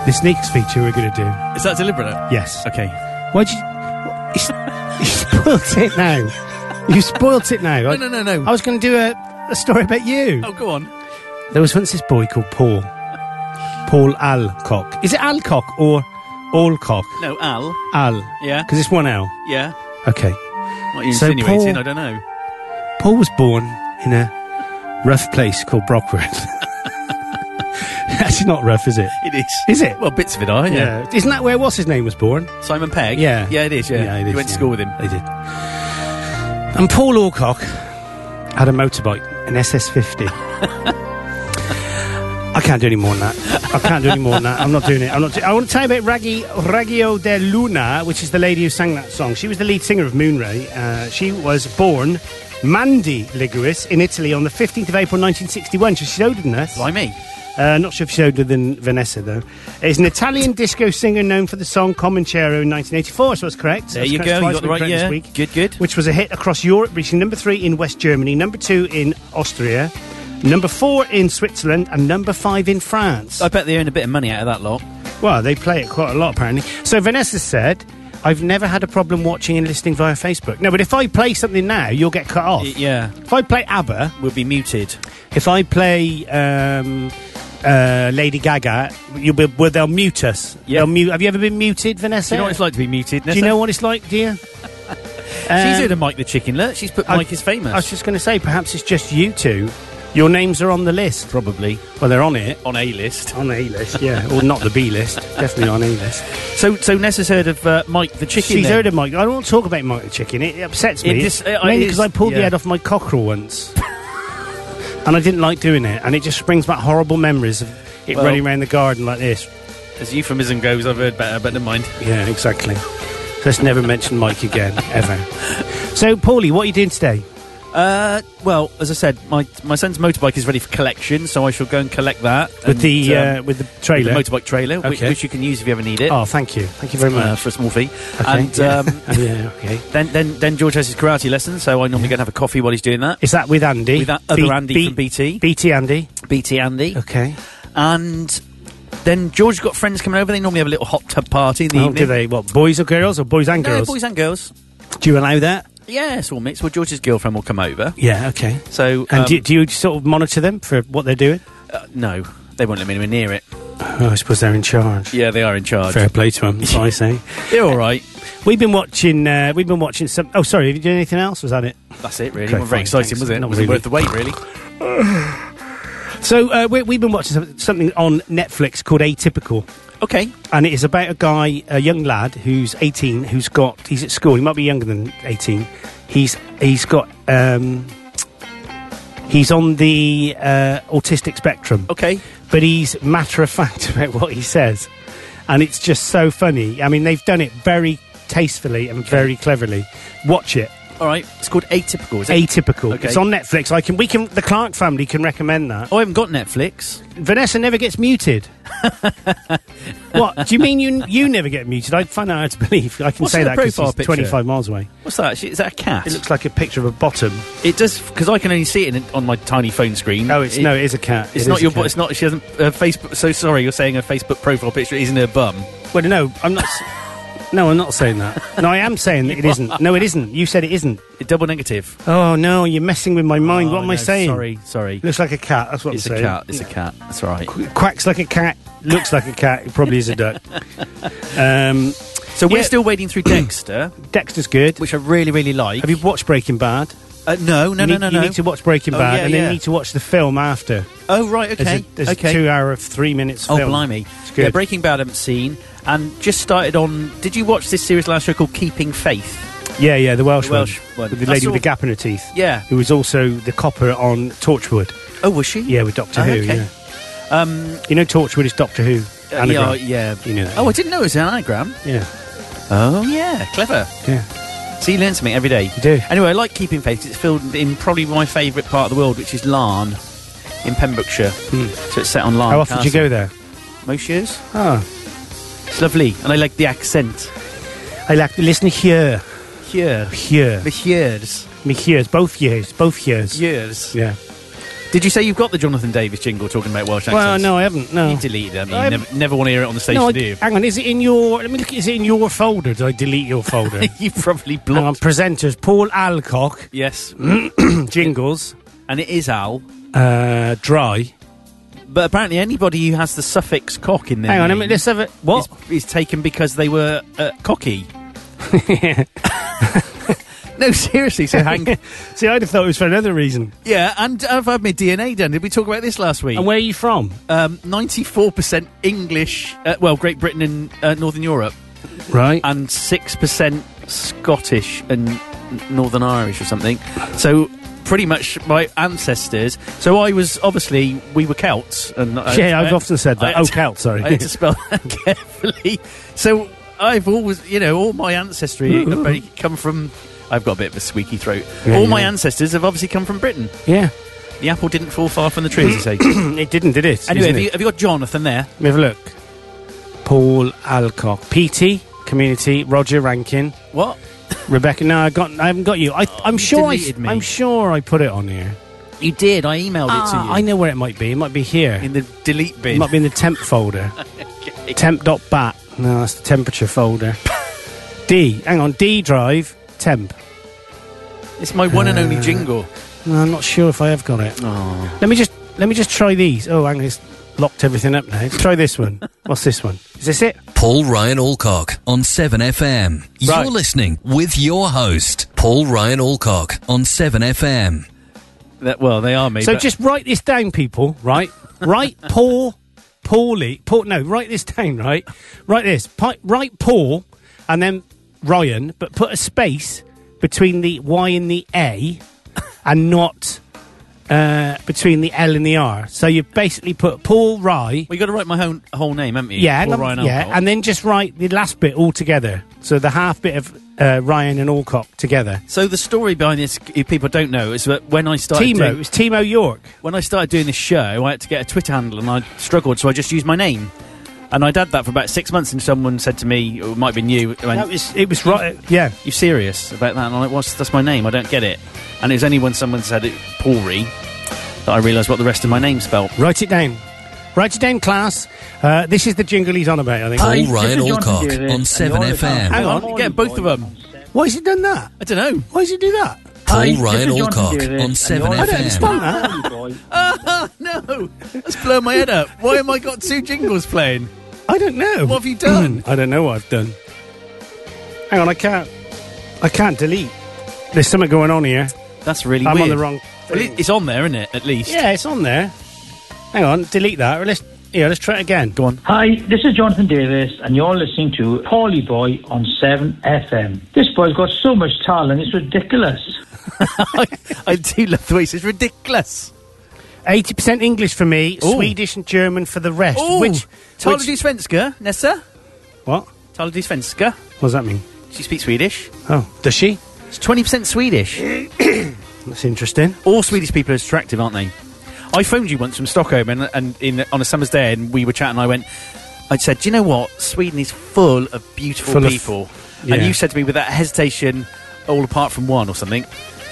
The sneaks feature we're going to do.
Is that deliberate?
Yes.
Okay.
Why'd you? It's, you spoilt it now. You spoilt it now.
No, no, no, no.
I was going to do a, a story about you.
Oh, go on.
There was once this boy called Paul. Paul Alcock. Is it Alcock or Alcock?
No, Al.
Al.
Yeah.
Because it's one L.
Yeah.
Okay.
What are you
So
insinuating?
Paul-
I don't know.
Paul was born in a rough place called Brockworth. Actually, not rough, is it?
It is.
Is it?
Well, bits of it are, yeah.
Isn't that where what's his name was born?
Simon Pegg?
Yeah.
Yeah, it is, yeah.
it is,
you went to
yeah.
school with him.
They did. And Paul Alcock had a motorbike, an SS50. I can't do any more than that. I can't do any more than that. I'm not doing it. I'm not. Do- I want to tell you about Raggy Raggio de Luna, which is the lady who sang that song. She was the lead singer of Moonray. Uh, she was born Mandy Liguis in Italy on the 15th of April 1961. She's older than us.
Why me?
Uh, not sure if she's older than Vanessa, though. It's an Italian disco singer known for the song Comanchero in 1984, so that's correct.
There
That's
you
correct.
go.
Twice
You got the
been
right
correct this
yeah.
week
Good, good.
which was a hit across Europe, reaching number three in West Germany, number two in Austria, number four in Switzerland, and number five in France.
I bet they earn a bit of money out of that lot.
Well, they play it quite a lot, apparently. So Vanessa said, I've never had a problem watching and listening via Facebook. No, but if I play something now, you'll get cut off.
Y- yeah.
If I play ABBA,
We'll be muted.
if I play um, uh, Lady Gaga, you'll be, well, they'll mute us.
Yeah.
They'll mute. Have you ever been muted, Vanessa?
Do you know what it's like to be muted?
Do you know what it's like, dear?
She's
Um,
heard of Mike the Chicken Lurt. She's put
I-
Mike is famous.
I was just going to say, perhaps it's just you two. Your names are on the list.
Probably.
Well, they're on it.
On A list.
On A list, yeah. or not the B list. Definitely on A list.
So, so Nessa's heard of uh, Mike the Chicken
She's
then.
heard of Mike. I don't want to talk about Mike the Chicken. It upsets me.
It dis- uh,
mainly
it
because
is-
I pulled the
yeah.
head off my cockerel once. and I didn't like doing it. And it just brings back horrible memories of it
Well-
running around the garden like this.
As euphemism goes, I've heard better, but never mind.
Yeah, exactly. Let's never mention Mike again, ever. So, Paulie, what are you doing today?
Uh, well, as I said, my my son's motorbike is ready for collection, so I shall go and collect that
With
and,
the
um,
uh, with the trailer.
with the motorbike trailer, which,
Okay.
which you can use if you ever need it
oh, thank you. Thank you very
uh,
much.
for a small fee.
Okay,
And
yeah. Oh,
um,
yeah, okay.
then then then George has his karate lesson, so I normally go and have a coffee while he's doing that.
Is that with Andy?
With that other Andy from BT.
BT Andy.
BT Andy,
Okay.
and then George got friends coming over. They normally have a little hot tub party in the
Oh,
evening.
do they? What boys or girls or boys and
No,
girls?
boys and girls.
Do you allow that?
Yeah, it's all mixed. Well, George's girlfriend will come over.
Yeah. Okay.
So
And
um,
do, do you sort of monitor them for what they're doing?
uh, no, they won't let me anywhere near it.
Oh, I suppose they're in charge.
Yeah, they are in charge.
Fair play to them. That's what I say.
They're all right.
We've been watching. Uh, we've been watching some. Oh, sorry. Have you done anything else? Was that it?
That's it, really.
Okay,
Not very
fine,
exciting,
thanks.
was it?
Not
Wasn't
really.
worth the wait, really.
So uh, we, we've been watching some- something on Netflix called Atypical.
Okay.
and it is about a guy, a young lad who's 18, who's got he's at school. He might be younger than 18. He's he's got um, he's on the uh, autistic spectrum,
Okay.
but he's matter of fact about what he says, and it's just so funny. I mean, they've done it very tastefully and very cleverly. Watch it.
All right. It's called Atypical. Is it?
Atypical.
Okay.
It's on Netflix. I can we can the Clark family can recommend that.
oh, I haven't got Netflix.
Vanessa never gets muted. what? Do you mean you you never get muted? I find that hard to believe. I can
What's
say
in
that
the
because
profile
she's
picture?
25 miles away.
What's that? Actually, Is that a cat?
It looks like a picture of a bottom.
It does because I can only see it in, on my tiny phone screen.
Oh, it's
It-
no, it is a cat.
It's
It
not
is
your.
a
bu-
cat.
It's not. She hasn't. Her Facebook. So sorry, you're saying her Facebook profile picture isn't her bum.
Well, no, I'm not. s- no, I'm not saying that. No, I am saying that it isn't. No, it isn't. You said it isn't.
It double negative.
Oh no, you're messing with my mind. what
Oh,
am I
no,
saying?
Sorry, sorry.
Looks like a cat. That's what
it's
I'm
a
saying.
cat. It's a cat. That's all right.
Quacks like a cat. Looks like a cat. It probably is a duck. um,
So we're
Yeah.
still waiting through Dexter,
Dexter's good.
which I really, really like.
Have you watched Breaking Bad?
Uh, no, no,
you
no,
need,
no,
you
no.
need to watch Breaking
Oh,
Bad,
yeah,
and then
yeah.
you need to watch the film after.
Oh right, okay,
There's a, there's
okay.
a two-hour of three-minutes.
Oh
film.
blimey!
It's
Yeah,
good.
Breaking Bad I haven't seen, and just started on. Did you watch this series last year called Keeping Faith?
yeah, yeah, the Welsh,
The Welsh
one,
one.
With the
I
lady
saw-
with the gap in her teeth.
Yeah.
who was also the copper on Torchwood.
Oh, was she?
Yeah, with Doctor
Oh,
Who.
okay.
Yeah. Um, you know Torchwood is Doctor Who.
Uh, yeah,
anagram.
yeah.
You know that,
oh,
yeah.
I didn't know it was an anagram.
yeah,
Oh, yeah, clever.
yeah.
So you learn something every day. You
do.
Anyway, I like Keeping Faith. 'cause It's filmed in probably my favourite part of the world, which is Larne, in Pembrokeshire. So it's set on Larne.
Hmm. How often do you go
Castle.
there?
Most years.
Oh,
It's lovely, and I like the accent.
I like listen here.
Here.
Here.
Years.
Years. Both years. Both years.
Years.
Yeah.
Did you say you've got the Jonathan Davis jingle talking about Welsh accents?
Well, no, I haven't. No.
You deleted it. I mean,
I
you
haven't-
never, never want to hear it on the station,
no, I-
do you?
hang on. Is it in your? Let me look. Is it in your folder? Did I delete your folder?
you probably
hang
blocked.
on. Presenters: Paul Alcock,
Yes.
jingles,
and it is Al.
uh, dry.
But apparently, anybody who has the suffix cock in their
Hang on a
name
minute. Let's have it. What?
is, is taken because they were uh, cocky. no, seriously. So hang.
See, I'd have thought it was for another reason.
yeah, and I've had my DNA done. Did we talk about this last week?
And where are you from?
Um, 94% English, uh, well, Great Britain and uh, Northern Europe,
Right.
and 6% Scottish and n- Northern Irish or something. So pretty much my ancestors. So I was obviously we were Celts, and I-
Yeah, I've
I-
often said that.
I had
Oh,
to-
Celt, sorry.
I had to spell that carefully. So I've always, you know, all my ancestry have very- come from. I've got a bit of a squeaky throat.
Yeah,
all
you
my
are.
ancestors have obviously come from Britain.
yeah.
The apple didn't fall far from the tree, as you say.
it didn't, did it? Isn't
anyway, have you,
it?
have you got Jonathan there?
Let me have a look. Paul Alcock, PT, community, Roger Rankin,
What?
Rebecca. No, I got. I haven't got you. I, I'm
Oh, You
sure. I,
deleted me.
I'm sure I put it on here.
You did. I emailed it to you.
I know where it might be. It might be here.
in the delete
it
bin.
might be in the temp folder.
Okay.
Temp.bat. No, that's the temperature folder. D. Hang on. D drive. Temp.
It's my one and
Uh,
only jingle.
No, I'm not sure if I have got it.
Oh.
Let me just let me just try these. Oh, hang on, it's locked everything up now. Let's try this one. What's this one? Is this it?
Paul Ryan Alcock on 7FM.
Right.
You're listening with your host, Paul Ryan Alcock on 7FM.
That, well, they are me.
So
but-
just write this down, people. Right, right, Paul, Paulie, Paul. No, write this down. Right, write this. Pi- write Paul, and then Ryan, but put a space between the Y and the A, and not uh, between the L and the R. So you basically put Paul Rye.
well, you got to write my whole, whole name, haven't you?
Yeah,
Paul
and,
Ryan
yeah,
Alcock.
and then just write the last bit all together. So the half bit of uh, Ryan and Alcock together.
so the story behind this, if people don't know, is that when I started
Timo, it
doing,
was Timo York.
when I started doing this show, I had to get a Twitter handle, and I struggled, so I just used my name. And I'd had that for about six months, and someone said to me, or it might have been you, I went,
That was it was right. Yeah,
you serious about that? And I'm like, what's that's my name? I don't get it. And it was only when someone said it, Paulry, that I realised what the rest of my name spelled.
write it down. Write it down, class. Uh, this is the jingle he's on about. I think.
Paul
this
Ryan
is Jonathan
Alcock
Davis,
on
and
7FM.
Hang on, get both of them.
Why has he done that?
I don't know.
Why has he do that?
Hi,
Paul
this
Ryan
is Jonathan
Alcock
Davis,
on
and you're-
7FM.
I don't
understand that.
No, that's blowing my head up. Why am I got two jingles playing?
I don't know. Hmm.
What have you done?
I don't know what I've done. Hang on, I can't. I can't delete. There's something going on here.
That's really
I'm on
weird.
the wrong.
Well, it- it's on there, isn't it? At least.
Yeah, it's on there. Hang on, delete that. Or let's yeah, let's try it again. Go on.
Hi, this is Jonathan Davis, and you're listening to Paulie Boy on 7FM. This boy's got so much talent, it's ridiculous.
I, I do love the way he says ridiculous.
Eighty percent English for me,
Ooh.
Swedish and German for the rest.
Oh,
Which,
Tala
which-
du svenska, Nessa?
what?
Tala du svenska.
What does that mean?
She speaks Swedish.
Oh, does she?
It's twenty percent Swedish.
That's interesting.
All Swedish people are attractive, aren't they? I phoned you once from Stockholm, and, and in, on a summer's day, and we were chatting. I went, I said, "Do you know what? Sweden is full of beautiful
Full of-
people."
yeah.
And you said to me without hesitation, "All apart from one or something."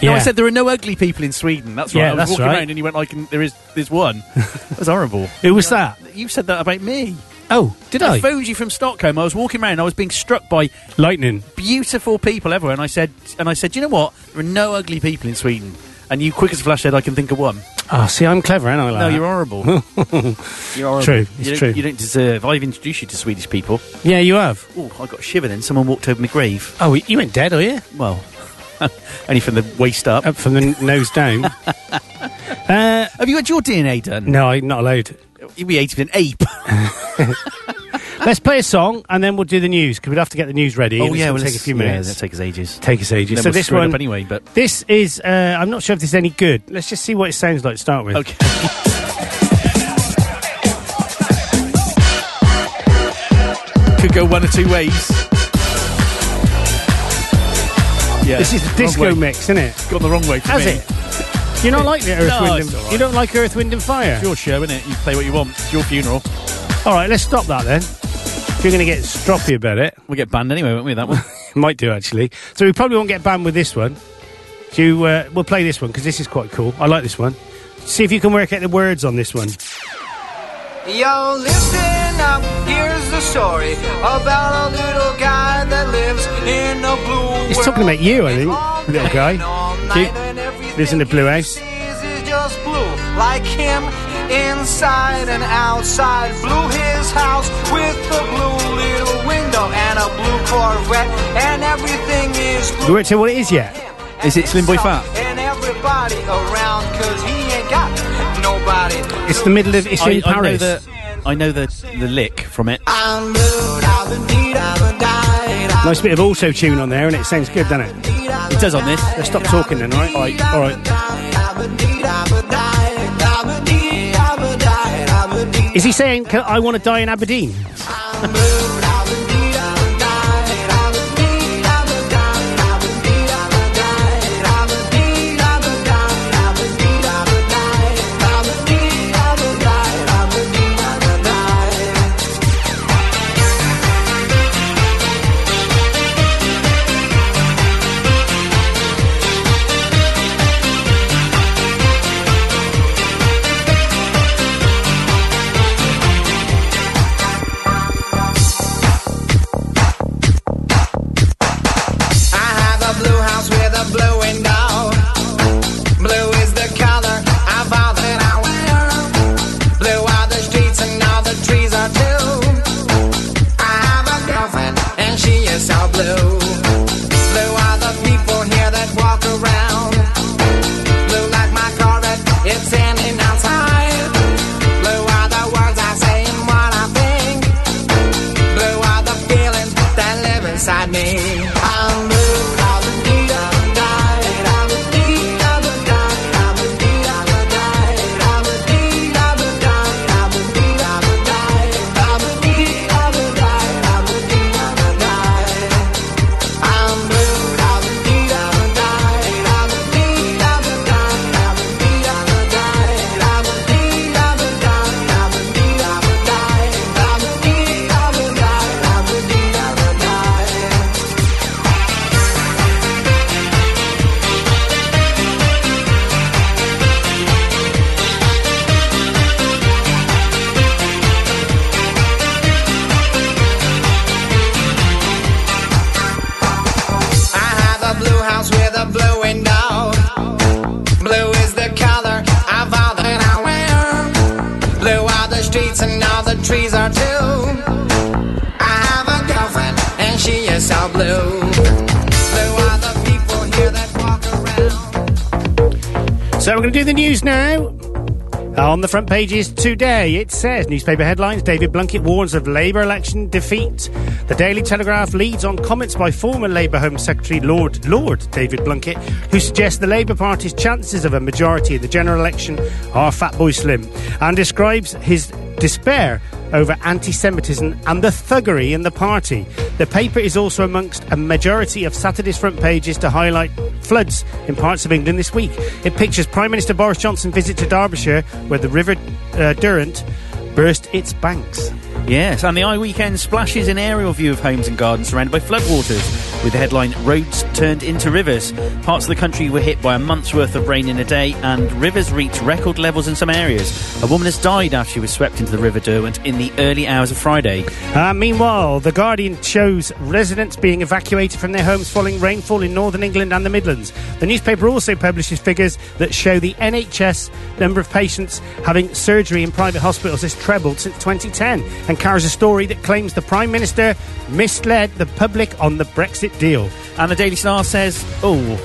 No, I
Yeah.
said there are no ugly people in Sweden. That's right.
Yeah,
I was
that's
walking
right.
around, and you went, "I can." There is. There's one. That was horrible.
Who was that?
You said that about me.
Oh, did
I
I?
phoned you from Stockholm. I was walking around. I was being struck by
Lightning.
beautiful people everywhere, and I said, "And I said, "Do you know what? There are no ugly people in Sweden." And you, quick as a flash, said, "I can think of one."
Ah, see, I'm clever, ain't I? Like
No,
that?
you're horrible. you're horrible.
True, it's
you don't-
true.
You don't deserve. I've introduced you to Swedish people.
Yeah, you have.
Oh, I got a shiver then. Someone walked over my grave.
Oh, you ain't dead, are you?
Well, only from the waist up.
Up from the n- nose down. uh,
Have you had your DNA done?
no, I'm not allowed.
You'd be 80 an ape.
Let's play a song and then we'll do the news because we'd have to get the news ready. and it's gonna
let's-
take a few
Oh, yeah,
minutes.
that'll take us ages.
take us
Then
ages.
we'll
so this
screw it
one,
up anyway, but
This is. Uh, I'm not sure if this is any good. Let's just see what it sounds like to start with.
okay. Could go one or two ways. Yeah,
This is the disco
wrong way.
mix, isn't it?
Gone the wrong way. For
Has
me.
it? You not like the Earth,
No,
Wind,
it's
and,
all right.
You don't like Earth, Wind and Fire.
It's your show, isn't it? You play what you want. It's your funeral.
All right, let's stop that then. If you're going to get stroppy about it,
We get banned anyway, won't we? That one.
Might do actually. So we probably won't get banned with this one. Do you, uh, we'll play this one because this is quite cool. I like this one. See if you can work out the words on this one.
Yo, listen up, here's the story about a little guy that lives in a blue
He's talking about you, I think, little guy. Cute. Lives in the blue house.
This is just blue, like him, inside and outside. Blue his house with a blue little window and a blue Corvette, and everything is blue.
You worked out what it is yet? Is it Slim Boy Fat?
And everybody around, cause he ain't got nobody.
It's the middle of it's
I,
in
I know
Paris.
the, I know the the lick from it.
I'm blue, I've been beat, I've been died.
Nice bit of auto tune on there, and it sounds good, doesn't it?
It does on this.
Let's stop talking then, all right? All right. All right. Is he saying "Can- I want to die in Aberdeen?
I have a blue house with a blue window. Blue is the color of all that I wear. Blue are the streets and all the trees are too. I have a girlfriend and she is so blue. Blue are the people here that walk around. Blue like my Corvette, it's standing outside. Blue are the words I say and what I think. Blue are the feelings that live inside me. I'm blue. I'm a need, I'm a die, I'm a need, I'm a die, I'm a need, I'm a die, I'm a need, I'm a die, I'm a need, I'm a die, I'm a need, I'm a die, I'm a need, I'm a die. I'm blue. I'm a need, I'm a die, I'm a need, I'm a die, I'm a need, I'm a die, I'm a need, I'm a die, I'm a need, I'm a die, I'm a need, I'm a die, I'm a need, I'm a die. I have a blue house with a blue window. Blue is the color of all that I wear. Blue are the streets and all the trees are too. I have a girlfriend and she is so blue. Blue are the people here that walk around.
So we're going to do the news now. On the front pages today, it says newspaper headlines David Blunkett warns of Labour election defeat. The Daily Telegraph leads on comments by former Labour Home Secretary Lord Lord David Blunkett, who suggests the Labour Party's chances of a majority in the general election are fat boy slim, and describes his despair over anti Semitism and the thuggery in the party. The paper is also amongst a majority of Saturday's front pages to highlight floods in parts of England this week. It pictures Prime Minister Boris Johnson's visit to Derbyshire, where the River uh, Durant burst its banks.
Yes, and the eye weekend splashes an aerial view of homes and gardens surrounded by floodwaters, with the headline "Roads Turned into Rivers." Parts of the country were hit by a month's worth of rain in a day, and rivers reached record levels in some areas. A woman has died after she was swept into the River Derwent in the early hours of Friday.
Uh, meanwhile, The Guardian shows residents being evacuated from their homes following rainfall in northern England and the Midlands. The newspaper also publishes figures that show the NHS number of patients having surgery in private hospitals has trebled since 2010 and carries a story that claims the Prime Minister misled the public on the Brexit deal.
And the Daily Star says, oh,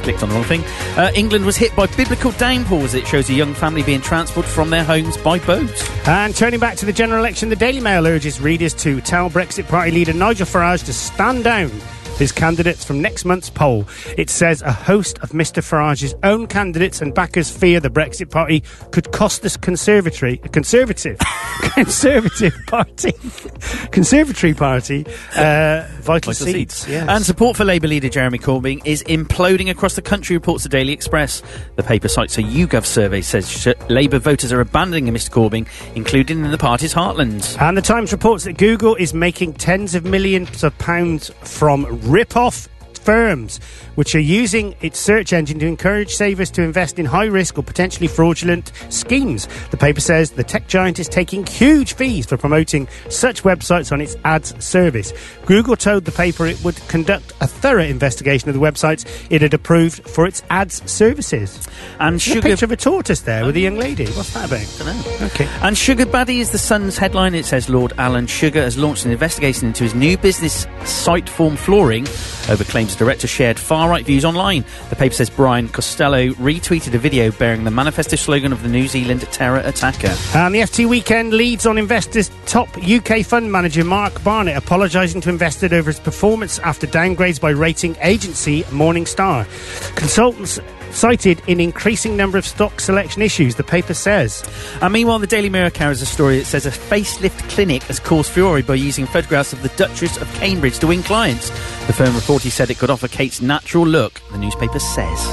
clicked on the wrong thing. Uh, England was hit by biblical downpours. It shows a young family being transported from their homes by boat.
And turning back to the general election, the Daily Mail urges readers to tell Brexit Party leader Nigel Farage to stand down his candidates from next month's poll. It says a host of Mr Farage's own candidates and backers fear the Brexit Party could cost this conservatory, conservative, conservative party, conservatory party, uh, vital,
Vital
seats.
seats.
Yes.
And support for Labour leader Jeremy Corbyn is imploding across the country, reports the Daily Express. The paper cites a YouGov survey says sh- Labour voters are abandoning Mr Corbyn, including in the party's heartlands.
And the Times reports that Google is making tens of millions of pounds from rip-off firms, which are using its search engine to encourage savers to invest in high-risk or potentially fraudulent schemes. The paper says the tech giant is taking huge fees for promoting such websites on its ads service. Google told the paper it would conduct a thorough investigation of the websites it had approved for its ads services.
And
There's a
sugar-
picture of a tortoise there with a young lady. What's that about? Okay.
And Sugar Buddy is the Sun's headline. It says Lord Alan Sugar has launched an investigation into his new business site form flooring over claims the director shared far right views online. The paper says Brian Costello retweeted a video bearing the manifesto slogan of the New Zealand terror attacker.
And the FT weekend leads on investors' top UK fund manager Mark Barnett apologising to investors over his performance after downgrades by rating agency Morningstar. Consultants cited in increasing number of stock selection issues, the paper says.
And Uh, meanwhile, the Daily Mirror carries a story that says a facelift clinic has caused furore by using photographs of the Duchess of Cambridge to win clients. The firm reportedly said it could offer Kate's natural look, the newspaper says.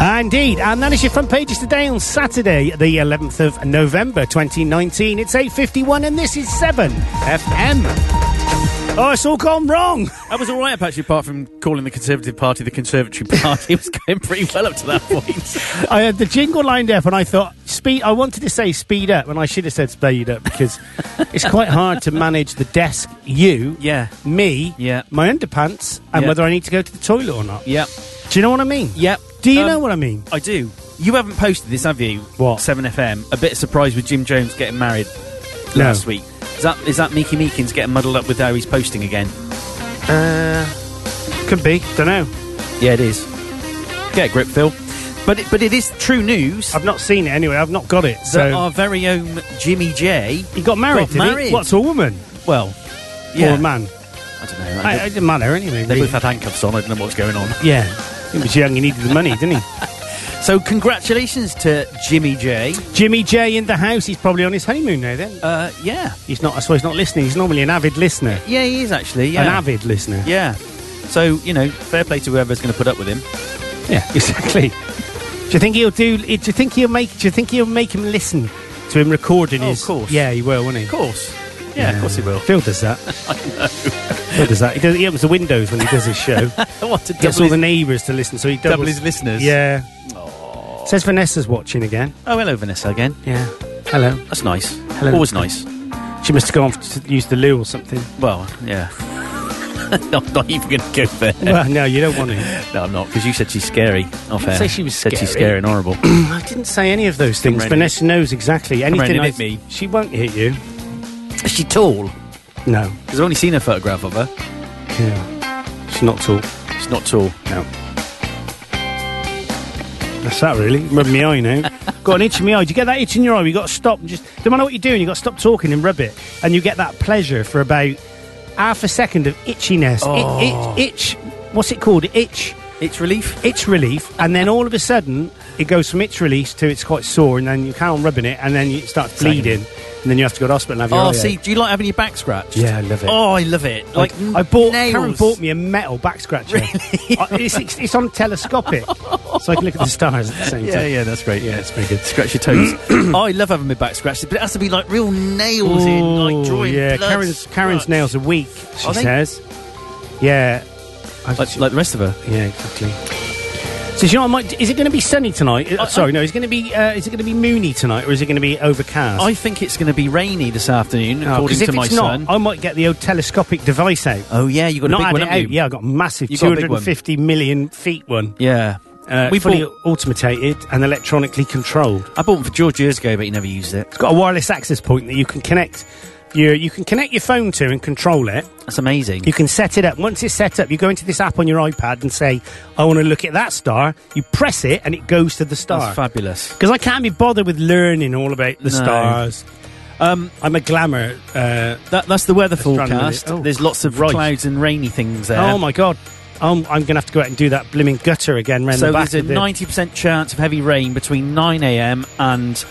Ah, Indeed, and that is your front pages today on Saturday, the 11th of November 2019. It's 8.51 and this is 7 FM. Oh, it's all gone wrong.
That was all right, actually, apart from calling the Conservative Party the Conservatory Party. it was going pretty well up to that point.
I had the jingle lined up, and I thought speed. I wanted to say speed up, and I should have said speed up because it's quite hard to manage the desk. You,
yeah,
me,
yeah,
my underpants, and
Yeah.
whether I need to go to the toilet or not.
Yep.
Do you know what I mean?
Yep.
Do you
Um,
know what I mean?
I do. You haven't posted this, have you? What? 7FM. A bit surprised with Jim Jones getting married
No.
last week. Is that, is that Mickey Meekins getting muddled up with how he's posting again?
Uh, could be. Don't know.
Yeah, it is. Get a grip, Phil. But it, but it is true news.
I've not seen it anyway. I've not got it.
That
So
our very own Jimmy J.
he got married.
Got
did
married.
He? What to a woman?
Well,
Or
yeah.
a man?
I don't know.
I, it didn't matter anyway.
they
really.
both had handcuffs on. I don't know what's going on.
Yeah. He was young. He needed the money, didn't he?
So congratulations to Jimmy J.
Jimmy J in the house. He's probably on his honeymoon now. Then
Uh, yeah,
he's not. I suppose he's not listening. He's normally an avid listener.
yeah, he is actually yeah.
An avid listener.
Yeah. So you know, fair play to whoever's going to put up with him.
Yeah, exactly. Do you think he'll do? Do you think he'll make? Do you think he'll make him listen to him recording
Oh,
his?
of course.
Yeah, he will, won't he?
Of course. Yeah, of course he will.
Phil does that. Phil does that. He, does, he opens the windows when he does his show.
what to
Gets
double,
all
his,
the neighbours to listen, so he doubles.
double his listeners.
Yeah. Says Vanessa's watching again.
Oh, hello Vanessa again.
Yeah. Hello.
That's nice.
Hello.
Always nice.
She must have gone off to use the loo or something.
Well, yeah. I'm not even going to go there.
well, no, you don't want to.
No, I'm not because you said she's scary. Off air.
say she was
said she's
scary.
scary and horrible.
I didn't say any of those things.
Come round
Vanessa knows exactly
round
anything.
and
I-
hit me.
She won't hit you.
Is she tall?
No.
Because I've only seen a photograph of her.
Yeah. She's not tall.
She's not tall.
No. That's that really. Rub my eye now. got an itch in my eye. Do you get that itch in your eye? You got to stop and just. No matter what you're doing, you got to stop talking and rub it, and you get that pleasure for about half a second of itchiness.
Oh.
It, it, itch. What's it called? Itch.
It's relief.
Itch relief, and then all of a sudden it goes from itch release to it's quite sore, and then you can't rubbing it, and then you start bleeding, and then you have to go to hospital and have your
Oh,
eye
see,
out.
do you like having your back scratched?
Yeah, I love it.
Oh, I love it. Like
I bought.
nails.
Karen bought me a metal back scratcher. I- it's, it's, it's on telescopic, so I can look at the stars at the same
Yeah,
time.
yeah, that's great. Yeah,
it's pretty good.
scratch your toes. oh, I love having my back scratched, but it has to be like real nails in, like
Ooh,
drawing
yeah,
blood,
Karen's Karen's
blood.
nails are weak. She
Are they?
says. Yeah,
like, like the rest of her.
yeah, exactly. So, do you know, what I might, is it going to be sunny tonight? Uh,
I-
Sorry, no. Is it going to be uh, is it going to be moony tonight, or is it going to be overcast?
I think it's going to be rainy this afternoon,
Oh, 'cause
according
if
to my
it's
son.
not, I might get the old telescopic device out.
oh yeah, you got
Not
a big
had
one,
it
haven't
out.
you?
Yeah, I got a massive
You
two
got a big
hundred and fifty million feet one.
yeah.
Uh,
we
fully
bought.
automated and electronically controlled.
I bought one for George years ago, but he never used it.
It's got a wireless access point that you can connect your you can connect your phone to and control it.
That's amazing.
You can set it up. Once it's set up, you go into this app on your iPad and say, I want to look at that star. You press it and it goes to the star.
That's fabulous.
Because I can't be bothered with learning all about the
No.
stars.
Um,
I'm a glamour. Uh,
that, that's the weather
astronomer.
forecast.
Oh,
There's lots of
right.
clouds and rainy things there.
Oh my god, um, I'm going to have to go out and do that blimming gutter again round
So
the back.
there's a
of the-
ninety percent chance of heavy rain between nine a.m. and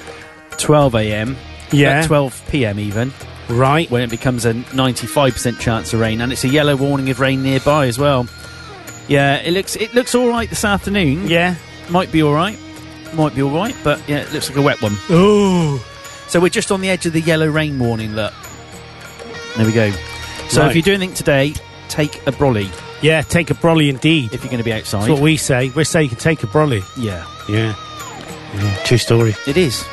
twelve a.m.
Yeah.
Uh, twelve p.m. even.
Right.
When it becomes a ninety-five percent chance of rain, and it's a yellow warning of rain nearby as well. Yeah, it looks it looks all right this afternoon.
Yeah,
might be all right, might be all right, but yeah, it looks like a wet one.
Ooh.
So we're just on the edge of the yellow rain warning. Look, there we go. So
Right.
if you're doing anything today, take a brolly
yeah, take a brolly indeed.
if you're going to be outside.
That's what we say. We say you can take a brolly.
yeah,
Yeah. yeah. True story.
it is.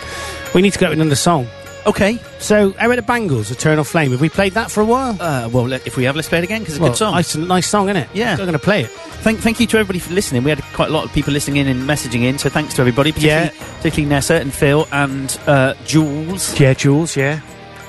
We need to go with another song.
Okay.
So, How about the Bangles, Eternal Flame? Have we played that for a while?
Uh, well, let- if we have, let's play it again because it's a
Well,
good song.
It's a nice song, isn't it?
Yeah.
I'm going to play it.
Thank, thank you to everybody for listening. We had quite a lot of people listening in and messaging in, so thanks to everybody, particularly, particularly Nessa and Phil and uh, Jules.
Yeah, Jules, yeah.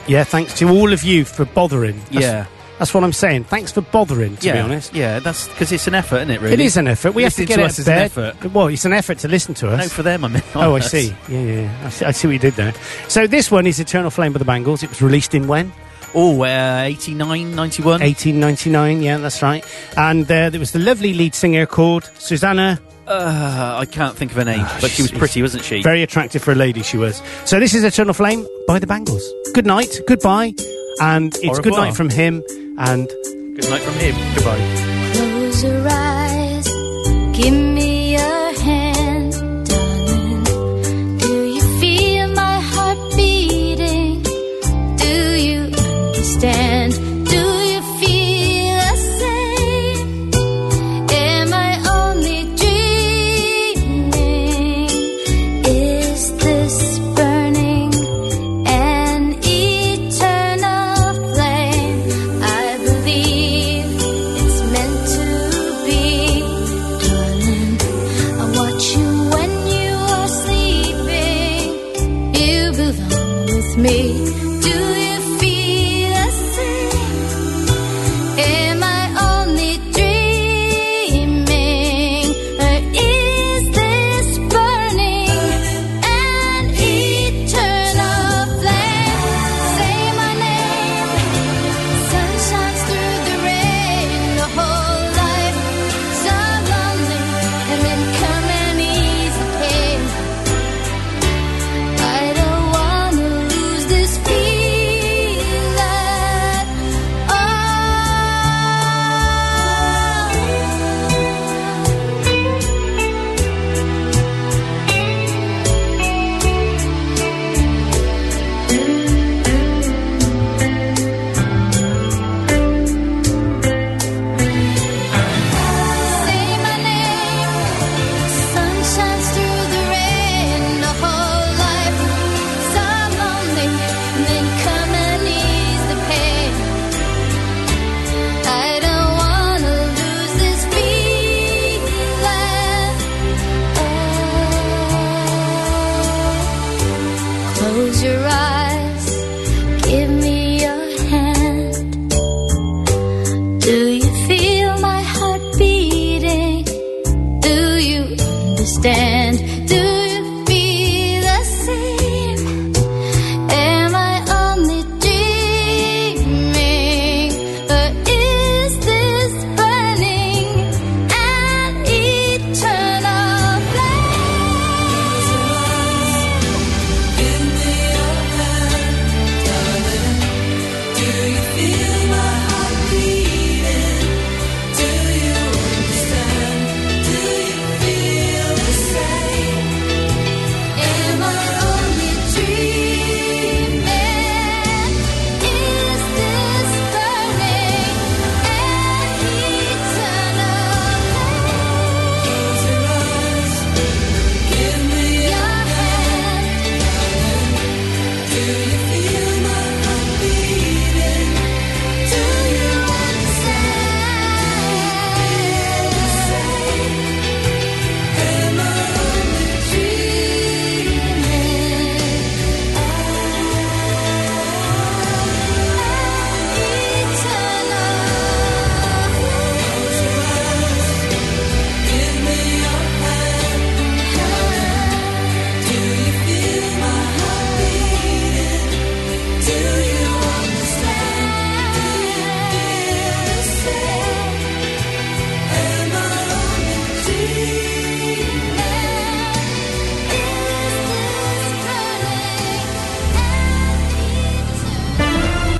Yeah, thanks to all of you for bothering. That's-
Yeah.
That's what I'm saying. Thanks for bothering, to
yeah,
be honest.
yeah, that's because it's an effort, isn't it? Really,
It is an effort. We
Listening
have to
to
get
us
it
is an
bed.
effort.
Well, it's an effort to listen to us.
No, for them, I mean.
Oh, I
us.
see. Yeah, yeah, yeah. I see, I see what you did there. So this one is Eternal Flame by the Bangles. It was released in when?
Oh, uh, 89, 91.
1899. Yeah, that's right. And uh, there was the lovely lead singer called Susanna.
Uh, I can't think of her name, but she was pretty, wasn't she?
Very attractive for a lady, she was. So this is Eternal Flame by the Bangles. Good night, goodbye, and
Au
it's good
revoir.
night from him. And
Good night from him. Goodbye.
Close your eyes, give me your hand, darling. Do you feel my heart beating? Do you understand? Do you feel the same? Am I only dreaming? Is this burning an eternal flame? I believe it's meant to be, darling. I watch you when you are sleeping. You belong with me. Do you feel the same? Am I only dreaming, or is this burning an eternal flame? Say my name. Sun shines through the rain. The whole life so lonely, and then come an easy pain. I don't wanna lose this feeling. Oh. Oh.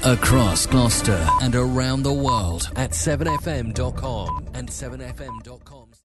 across Gloucester and around the world at 7fm.com and 7fm.com.